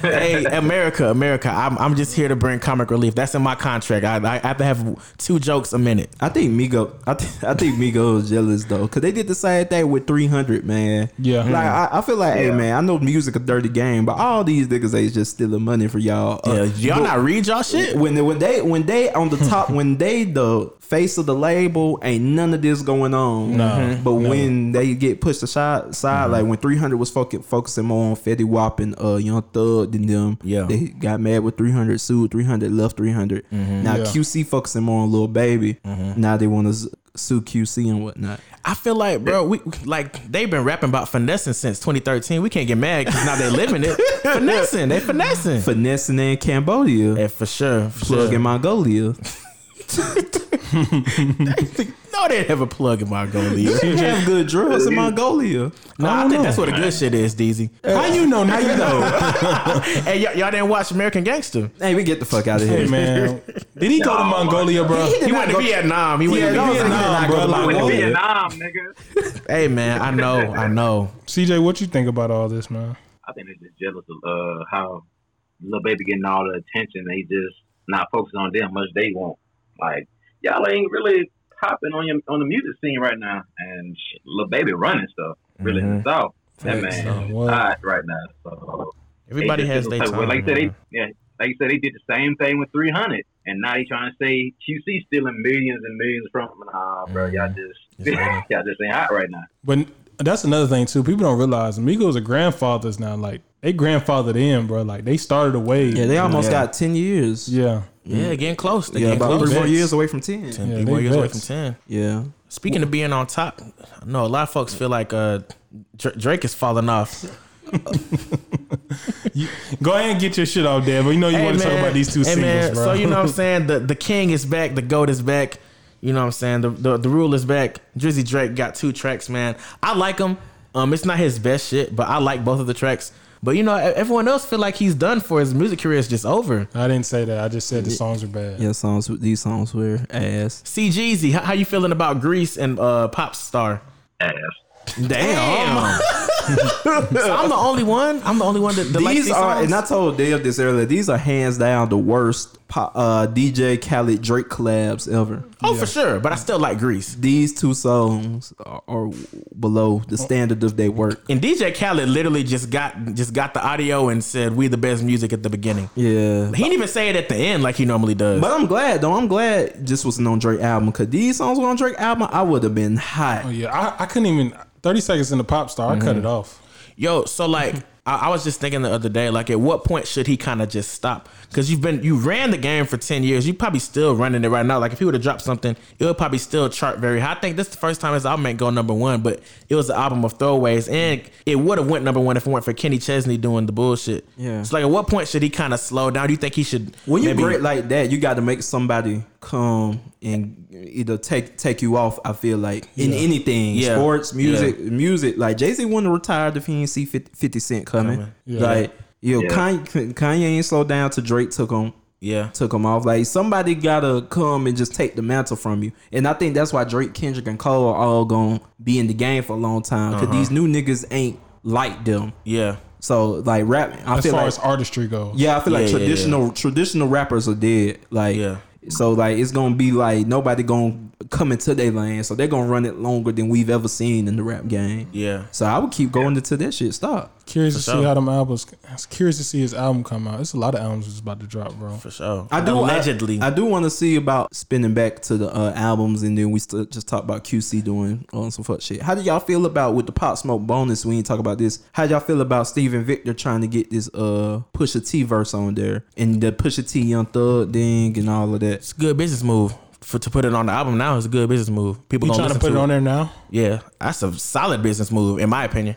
S2: [laughs] hey, America, America, I'm, I'm just here to bring comic relief. That's in my contract. I, I have to have two jokes a minute.
S4: I think Migo, I, th- I think Migo is jealous though, cause they did the same thing with 300, man.
S3: Yeah.
S4: like I, I feel like, hey, man, I know music a dirty game, but all these niggas ain't just stealing money for y'all.
S2: Yeah,
S4: Uh,
S2: y'all not read y'all shit.
S4: when they, when they when they on the top, when they the face of the label, ain't none of this going on.
S3: No.
S4: but when they get pushed aside, aside like when 300 was fucking focusing more on Fetty Wap and uh, Young Thug than them.
S2: Yeah.
S4: they got mad with 300, sued 300, left 300. Now
S3: Yeah.
S4: QC focusing more on Lil Baby. Now they want to sue QC and whatnot.
S2: I feel like, bro, we like they've been rapping about finessing since 2013. We can't get mad because now they living
S4: [laughs]
S2: it. finessing, they finessing.
S4: Finessing in Cambodia,
S2: Yeah, for sure. For
S4: plug
S2: sure.
S4: in Mongolia.
S2: no, they have a plug in [laughs]
S4: [laughs]
S2: Mongolia.
S4: they have good drugs [laughs] in Mongolia.
S2: no, I, think that's what the good shit is, DZ.
S3: How you know? Now you know,
S2: hey, y- y'all didn't watch American Gangster.
S4: [laughs] Hey, we get the fuck out of here.
S3: hey man. Did he go to
S5: No.
S3: Mongolia, bro?
S4: [laughs] did
S2: He
S4: not
S2: went to
S4: go-
S2: Vietnam. He went
S4: Yeah,
S2: to
S4: no,
S2: Vietnam.
S4: Vietnam,
S3: bro.
S4: bro.
S3: Like,
S4: Like,
S5: Went to
S2: Oh,
S3: whoa.
S4: yeah.
S5: Vietnam, nigga.
S2: Hey man, I know, I know.
S3: CJ, what you think about all this, man?
S5: I think they're just jealous of uh, how little baby getting all the attention. They just not focusing on them much they want. Like y'all ain't really popping on your, on the music scene right now, and shit, little baby running stuff really
S2: Mhm.
S5: mm so. That
S3: Facts,
S5: man
S3: uh,
S5: is
S3: what?
S5: hot right now. So
S2: Everybody
S5: they
S2: has
S5: just did
S2: their
S5: the same-
S2: time.
S5: Like I said,
S2: man.
S5: they yeah, like you said, they did the same thing with 300, and now they trying to say QC stealing millions and millions from them. Nah, bro, y'all just [laughs] y'all just ain't hot right now.
S3: But that's another thing too. People don't realize Migos are grandfathers now. Like they grandfathered in, bro. Like they started away.
S4: Yeah, they almost
S2: Yeah.
S4: got 10 years.
S3: Yeah.
S2: Yeah, getting close. They
S4: Yeah,
S2: getting
S4: about
S2: close.
S4: three more
S3: Vets.
S4: years away from 10.
S2: Ten,
S3: Yeah,
S2: three more
S3: they
S2: years away from
S3: vets.
S2: ten.
S4: Yeah.
S2: Speaking of being on top, I know a lot of folks feel like uh, Dr- Drake is falling off.
S3: Go ahead and get your shit out there, but you know you want to talk about these two
S2: hey,
S3: singles,
S2: man,
S3: bro.
S2: So you know what I'm saying? The the king is back, the goat is back. You know what I'm saying? The the, the rule is back. Drizzy Drake got two tracks, man. I like him. Um, it's not his best shit, but I like both of the tracks. But you know, e- everyone else feel like he's done for. His music career is just over.
S3: [laughs] I didn't say that. I just said the songs are bad.
S4: Yeah, songs these songs were ass.
S2: C Jeezy, how, how you feeling about Grease and uh, Pop Star?
S5: Ass.
S4: [laughs]
S2: Damn. so I'm the only one. I'm the only one that, that
S4: These,
S2: likes these
S4: are,
S2: songs?
S4: and I told Dave this earlier. These are hands down the worst pop, uh, DJ Khaled Drake collabs ever.
S2: Oh, for sure. But I still like Grease.
S4: These two songs are, are below the standard of their work.
S2: And DJ Khaled literally just got just got the audio and said, "We the best music at the beginning."
S4: Yeah,
S2: He didn't even say it at the end like he normally does.
S4: but I'm glad though. I'm glad this wasn't on Drake album because these songs were on Drake album, I would have been hot.
S3: Oh, yeah. I, I couldn't even. Thirty seconds in the pop star, I cut it off.
S2: Yo, so
S4: [laughs]
S2: like I, I was just thinking the other day, like at what point should he kind of just stop? Because you've been you ran the game for ten years, you probably still running it right now. Like if he would have dropped something, it would probably still chart very high. I think this is the first time his album ain't go number one, but it was an album of throwaways, and it would have went number one if it weren't for Kenny Chesney doing the bullshit.
S4: Yeah.
S2: it's like at what point should he kind of slow down? Do you think he should?
S4: When you
S2: maybe-
S4: break like that, you got to make somebody come and either take take you off. I feel like in anything,
S2: Yeah.
S4: sports, music, music. Like Jay Z wouldn't have retired if he didn't see 50, 50 Cent coming. Like yo,
S5: Yeah.
S4: Kanye, Kanye ain't slowed down till Drake took him
S2: yeah,
S4: took him off. Like somebody gotta come and just take the mantle from you. And I think that's why Drake, Kendrick, and Cole are all gonna be in the game for a long time because these new niggas ain't like them.
S2: yeah.
S4: So like rap, I
S3: As
S4: feel
S3: far
S4: like
S3: as artistry goes,
S4: yeah, I feel like
S2: Yeah, yeah,
S4: traditional traditional rappers are dead. Like
S2: Yeah.
S4: so like it's gonna be like nobody gonna coming to their lane, so they're gonna run it longer than we've ever seen in the rap game.
S2: Yeah.
S4: So I would keep going until that shit stop.
S3: Curious to
S2: For
S3: see
S2: sure.
S3: how them albums. I was curious to see his album come out. It's a lot of albums that's about to drop, bro.
S2: For sure.
S4: I do
S2: Allegedly.
S4: I, I do want to see about spinning back to the uh, albums, and then we still just talk about QC doing on some fuck shit. How do y'all feel about with the Pop Smoke bonus? We ain't talk about this. How y'all feel about Steven Victor trying to get this uh Pusha T verse on there and the Pusha T Young Thug thing and all of that?
S2: it's a good business move. For, to put it on the album now is a good business move. People
S3: You
S2: gonna
S3: trying to
S2: listen
S3: put it on there now?
S2: Yeah, that's a solid business move in my opinion.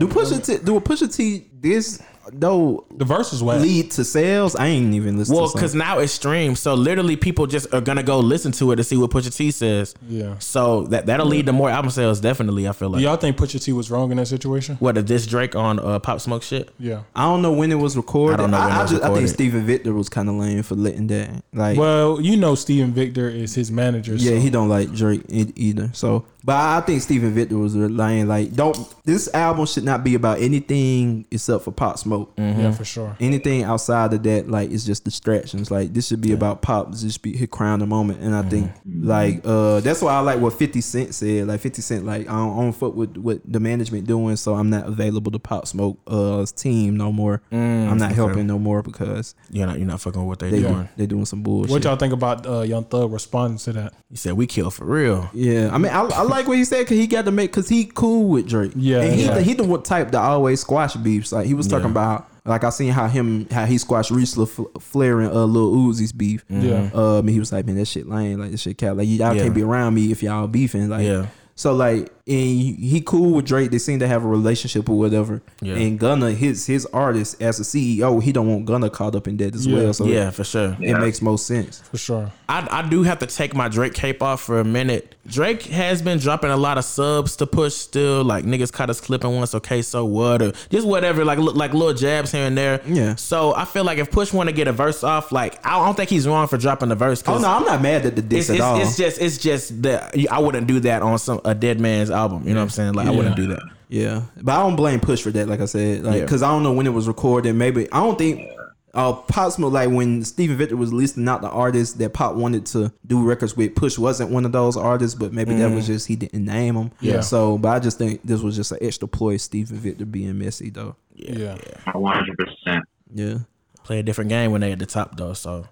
S4: Do Pusha T do a Pusha T this though
S3: The verse is whack.
S4: lead to sales? I ain't even listening.
S2: Well,
S4: to
S2: because now it's streamed, so literally people just are gonna go listen to it to see what Pusha T says.
S3: Yeah.
S2: So that that'll lead to more album sales. Definitely, I feel
S3: Do
S2: like.
S3: y'all think Pusha T was wrong in that situation?
S2: What if this Drake on uh, Pop Smoke shit?
S3: Yeah.
S4: I don't know when it was recorded. I
S2: know when
S4: I,
S2: it was
S4: just- I
S2: recorded.
S4: think Steven Victor was kind of lame for letting that. Like,
S3: Well, you know, Steven Victor is his manager.
S4: yeah,
S3: so
S4: he don't like Drake e- either. So, but I I think Steven Victor was lying. Like, don't this album should not be about anything except for Pop Smoke.
S2: Mm-hmm.
S3: yeah, for sure.
S4: Anything outside of that, like, it's just distractions. Like, this should be about Pop. This should be his crown the moment. And I think, like, uh, that's why I like what Fifty Cent said. Like, Fifty Cent, like, I don't, I don't fuck with what the management doing, so I'm not available to Pop Smoke uh's team no more. I'm not helping no more because
S2: You're not you're not fucking with what they
S4: they
S2: doing.
S4: they doing some bullshit.
S3: What y'all think about uh, Young Thug responding to that?
S2: You said we kill for real.
S4: yeah, I mean, I, I like what he said because he got to make because he cool with Drake.
S3: Yeah,
S4: and he
S3: yeah.
S4: the, he the one type that always squash beefs. Like he was talking about, like I seen how him how he squashed Riesler F- Flair and uh, Lil Uzi's beef.
S3: Yeah.
S4: uh, and he was like, man, that shit lame. Like this shit cat. Like y'all
S2: Mm-hmm. Yeah.
S4: can't be around me if y'all beefing. Like
S2: Yeah.
S4: So like, and he cool with Drake. They seem to have a relationship or whatever.
S2: Yeah.
S4: And Gunna, his his artist as a CEO, he don't want Gunna caught up in that as
S3: Yeah.
S4: well. So
S2: Yeah, for sure.
S4: it makes most sense.
S3: For sure.
S2: I, I do have to take my Drake cape off for a minute. Drake has been dropping a lot of subs to push still. Like niggas caught us clipping once, okay, so what? Or just whatever, like li- like little jabs here and there.
S4: Yeah.
S2: So I feel like if Push want to get a verse off, like I don't think he's wrong for dropping the verse. 'cause
S4: Oh no, I'm not mad at the
S2: It's,
S4: diss at
S2: it's,
S4: all.
S2: it's just it's just that I wouldn't do that on some a dead man's album. You know what I'm saying? Like I wouldn't do that.
S4: Yeah, but I don't blame Push for that. Like I said, like
S2: Yeah.
S4: because I don't know when it was recorded. Maybe I don't think. Uh, Pop Smoke, like when Steven Victor was listing out the artists that Pop wanted to do records with, Push wasn't one of those artists, but maybe that was just he didn't name them.
S3: Yeah.
S4: So, but I just think this was just an extra ploy, Steven Victor being messy though.
S3: Yeah.
S5: One hundred percent.
S4: Yeah.
S2: Play a different game when they at the top though. So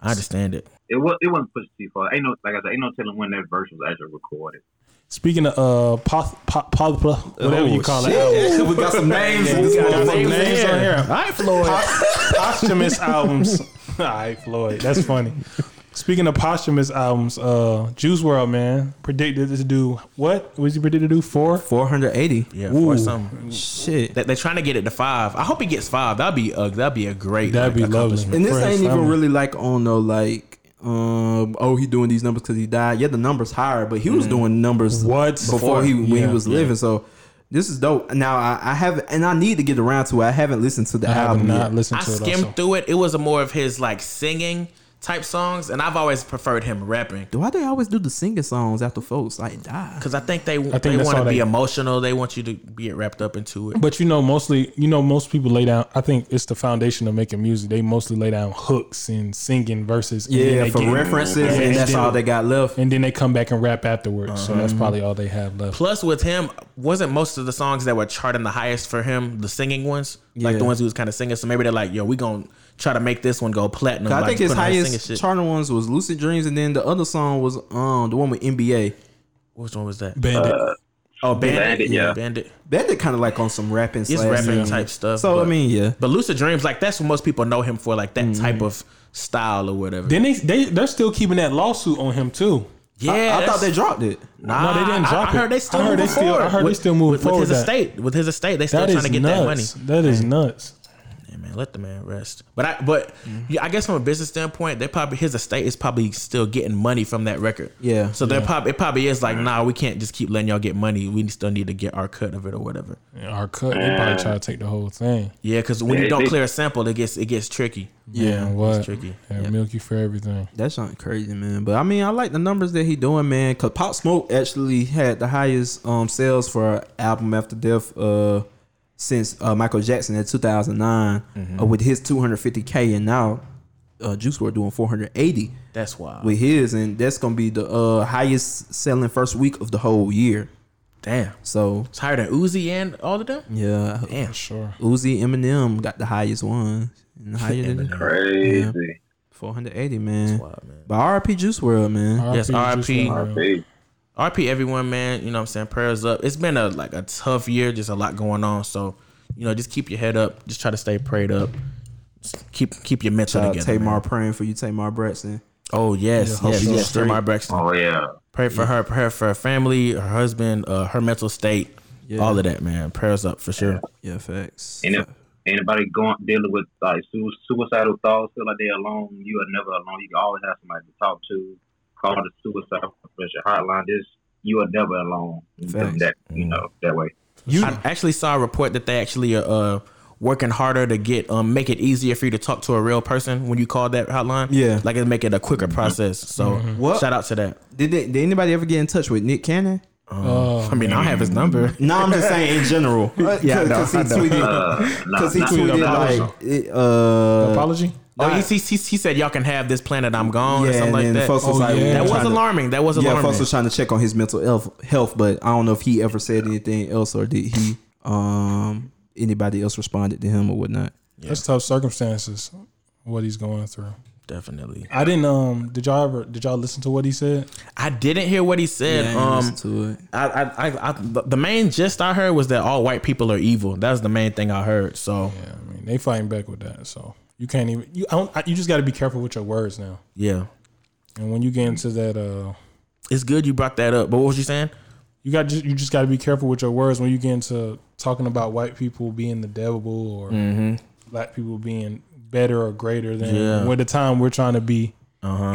S2: I understand it.
S5: It was. It wasn't pushed too far. Ain't no like I said. Ain't no telling when that verse was actually recorded.
S3: Speaking of uh, pop, pop, pop, whatever you call it, [laughs]
S4: Yeah, Oh, [laughs] we got some names. in this
S3: got
S4: motherfucker.
S3: names in here.
S2: All right, Floyd.
S3: [laughs] posthumous albums. All right, Floyd. That's funny. Speaking of posthumous albums, uh, Juice World man predicted to do what? Was he predicted to do four?
S4: 480.
S2: Yeah,
S3: Ooh.
S2: for something.
S4: Shit.
S2: They, they're trying to get it to five. I hope he gets five. That'd be a that'd be a great.
S3: That'd be lovely.
S2: accomplishment.
S4: And this
S3: Friends,
S4: ain't even
S3: family.
S4: really like on no like um oh he doing these numbers because he died. Yeah, the numbers higher, but he was doing numbers
S3: What?
S4: before,
S3: Before,
S4: he when
S3: yeah,
S4: he was
S3: yeah.
S4: living. So this is dope. Now I, I have and I need to get around to it. I haven't listened to the
S3: I have
S4: album
S3: not
S4: yet.
S3: listened
S2: I
S3: to it.
S2: skimmed
S3: also.
S2: through it. It was a more of his like singing type songs, and I've always preferred him rapping
S4: Why they always do the singing songs after folks like die?
S2: because I think they
S3: think
S2: they
S3: that's
S2: want to
S3: all
S2: be
S3: they-
S2: emotional. They want you to be wrapped up into it.
S3: But you know, mostly, you know, most people lay down. I think it's the foundation of making music. They mostly lay down hooks and singing verses. and then
S4: Yeah,
S3: they
S4: for
S3: get-
S4: references,
S3: and
S4: and that's
S3: then-
S4: all they got left.
S3: and then they come back and rap afterwards. So that's probably all they have left.
S2: Plus, with him, wasn't most of the songs that were charting the highest for him the singing ones, like the
S4: Yeah.
S2: ones he was kind of singing. So maybe they're like, "Yo, we gonna try to make this one go platinum."
S4: I
S2: like,
S4: think his
S2: putting on singing
S4: highest
S2: shit.
S4: charting ones was Lucid Dreams, and then the other song was um the one with NBA.
S2: Which one was that?
S3: Bandit.
S2: Oh, Bandit.
S5: Bandit,
S2: yeah,
S5: yeah.
S2: Bandit.
S4: That did kind of like on some rapping,
S2: It's
S4: slash
S2: rapping
S4: singing.
S2: type stuff.
S4: So I
S2: but-
S4: mean, Mm-hmm. yeah,
S2: But Lucid Dreams, like that's what most people know him for, like that type of style or whatever.
S3: then they they they're still keeping that lawsuit on him too.
S2: yeah,
S4: I, I thought
S2: that's-
S4: they dropped it.
S2: Nah,
S3: No, they didn't
S2: Ah, I-
S3: drop
S2: I,
S3: it.
S2: heard they
S3: I
S2: still.
S3: heard they
S2: moving
S3: still- I
S2: forward
S3: heard they
S2: with-
S3: still moving
S2: with,
S3: forward
S2: With his
S3: that.
S2: estate, with his estate, they still
S3: That
S2: trying
S3: is
S2: to get that money.
S3: nuts. That is nuts.
S2: Yeah, man, let the man rest. But I, but
S3: Mm-hmm.
S2: yeah, I guess from a business standpoint, they probably his estate is probably still getting money from that record.
S4: Yeah.
S2: So they're probably it probably is like, nah, we can't just keep letting y'all get money. We still need to get our cut of it or whatever.
S3: Our cut. They probably try to take the whole thing.
S2: Yeah, because when you
S5: Yeah,
S2: don't
S5: they-
S2: clear a sample, it gets it gets tricky.
S3: Yeah, what?
S2: tricky.
S3: Yeah, milk you for everything.
S4: That's not crazy, man. But I mean, I like the numbers that he doing, man. Cause Pop Smoke actually had the highest um sales for an album after death uh since uh, Michael Jackson in 2009 uh, with his 250k, and now uh, Juice WRLD doing 480
S2: That's wild.
S4: with his, and that's gonna be the uh, highest selling first week of the whole year.
S2: Damn.
S4: So
S2: It's higher than Uzi and all of them?
S4: yeah,
S2: Damn.
S3: Sure.
S4: Uzi Eminem got the highest one, and higher than
S2: Eminem.
S5: Crazy.
S4: 480 man.
S2: Wild, man.
S4: But RIP Juice World man.
S2: Yes,
S3: RIP.
S2: RIP.
S3: Juice WRLD.
S5: Hey,
S2: RP everyone, man. You know what I'm saying? Prayers up. It's been a like a tough year, just a lot going on. So, you know, just keep your head up. Just try to stay prayed up. Just keep keep your mental
S4: Uh,
S2: together.
S4: Tamar
S2: man.
S4: praying for you, Tamar Braxton.
S2: Oh yes,
S3: Yeah, hope
S2: yes,
S3: she's
S2: yes.
S3: straight.
S2: Tamar Braxton.
S5: Oh yeah.
S2: Pray for her, pray for her family, her husband, uh, her mental state, all of that, man. Prayers up for sure.
S4: Yeah, facts.
S5: And if anybody going dealing with like su- suicidal thoughts, feel like they're alone, you are never alone. You can always have somebody to talk to. Call the suicide prevention hotline. This you are never alone.
S4: Facts. Mm.
S5: That you know that way.
S3: You
S2: I actually saw a report that they actually are uh, working harder to get um make it easier for you to talk to a real person when you call that hotline.
S4: Yeah.
S2: like it make it a quicker process. So
S4: What-
S2: shout out to that. Um,
S4: Did, they, did anybody ever get in touch with Nick Cannon?
S3: Oh,
S2: I mean, I have his number.
S4: No, I'm just saying in [laughs] general.
S2: Yeah, I know,
S4: because he
S2: I know.
S4: tweeted,
S5: Uh, nah,
S4: because he
S5: nah,
S4: tweeted like, it, uh,
S3: apology.
S2: Oh,
S4: Nah.
S2: he, he, he, he said y'all can have this planet. I'm gone or
S4: yeah,
S2: something
S4: and
S2: like
S4: then
S2: that.
S4: folks was
S3: Oh,
S4: like,
S3: yeah.
S4: we
S2: that was
S4: trying to-
S2: alarming. That was
S4: Yeah,
S2: alarming.
S4: folks was trying to check on his mental health, health, but I don't know if he ever said anything else or did he, um, anybody else responded to him or whatnot.
S3: That's tough circumstances. What he's going through.
S2: Definitely.
S3: I didn't. Um. Did y'all ever? Did y'all listen to what he said?
S2: I didn't hear what he said.
S4: Yeah,
S2: um,
S4: listen to it.
S2: I, I, I, I, the the main gist I heard was that all white people are evil. That's the main thing I heard. So
S3: Yeah. I mean, they fighting back with that. So you can't even. You. I don't, I, you just got to be careful with your words now.
S2: yeah,
S3: And when you get into that, uh,
S2: it's good you brought that up. But what was you saying?
S3: you got. You just got to be careful with your words when you get into talking about white people being the devil or black people being better or greater than.
S2: Mm-hmm. Yeah. Uh-huh.
S3: Where the time we're trying to be.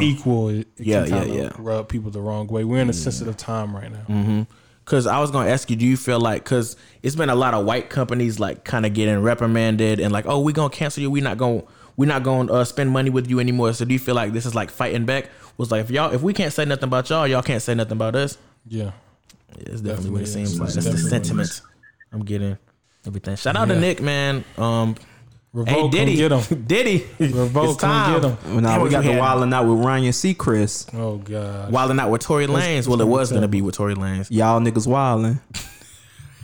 S3: Equal, it, it
S2: Yeah,
S3: can
S2: yeah,
S3: kinda
S2: yeah. Mm.
S3: rub people the wrong way. We're in a sensitive time right now.
S2: Because I was gonna ask you, do you feel like because it's been a lot of white companies like kind of getting reprimanded and like, oh, we gonna cancel you. We not gonna we not gonna uh, spend money with you anymore. So do you feel like this is like fighting back? Was like if y'all if we can't say nothing about y'all, y'all can't say nothing about us.
S3: Yeah,
S2: It's definitely what it
S3: Definitely is.
S2: seems like.
S3: It's
S2: That's the
S3: definitely what it
S2: sentiment I'm getting. Everything. Shout out to Nick, man. Um, hey
S3: revolt. come
S2: Diddy,
S3: get
S2: [laughs]
S3: 'em. [laughs]
S2: Diddy,
S3: Revolt,
S2: it's
S3: come
S2: time.
S3: get 'em.
S4: When I
S2: Damn,
S4: we got the
S2: had-
S4: wilding out with Ryan Seacrest,
S3: Oh God.
S2: Wilding out with Tory Lanez. Well, it was gonna be with Tory Lanez.
S4: y'all niggas [laughs] wilding.
S5: Oh,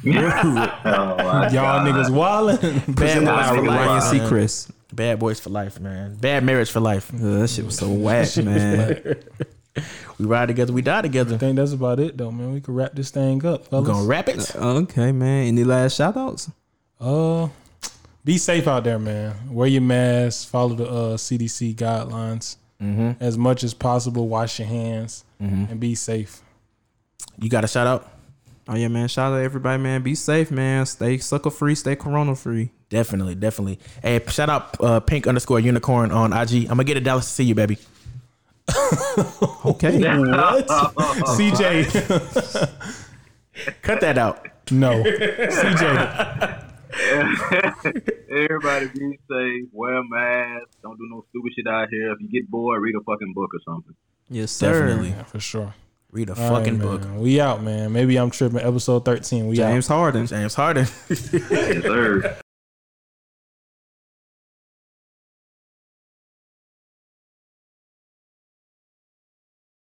S5: my
S3: Y'all
S5: God.
S3: niggas [laughs] wildin'.
S2: Bad
S4: Presented
S2: boys
S4: by
S2: for
S4: Ryan
S2: life. man.
S4: Seacrest.
S2: Bad boys for life, man. Bad marriage for life.
S4: Uh, [laughs] that shit was so whack, man.
S2: We ride together, we die together.
S3: I think that's about it though, man. We could wrap this thing up.
S2: We're
S3: fellas.
S2: gonna wrap it.
S4: Okay, man. Any last shout outs?
S3: Uh, be safe out there, man. Wear your mask. Follow the uh, CDC guidelines
S2: Mm-hmm.
S3: as much as possible. Wash your hands and be safe.
S2: You got a shout out?
S4: Oh yeah, man. Shout out to everybody, man. Be safe, man. Stay sucker free, stay corona [laughs] free.
S2: Definitely, definitely. Hey, shout out uh, pink underscore unicorn on IG. I'm gonna get a Dallas to see you, baby.
S4: Okay.
S3: What? Oh. [laughs] CJ,
S2: Cut that out.
S3: no, CJ,
S5: [laughs] Everybody be safe. Wear a mask. Don't do no stupid shit out here. If you get bored, read a fucking book or something.
S4: Yes, sir.
S2: Definitely.
S3: yeah, for sure.
S2: Read a
S3: All right,
S2: fucking
S3: man.
S2: book.
S3: We out, man. Maybe I'm tripping. Episode thirteen. We out.
S4: James Harden.
S2: James Harden.
S5: Yes, sir.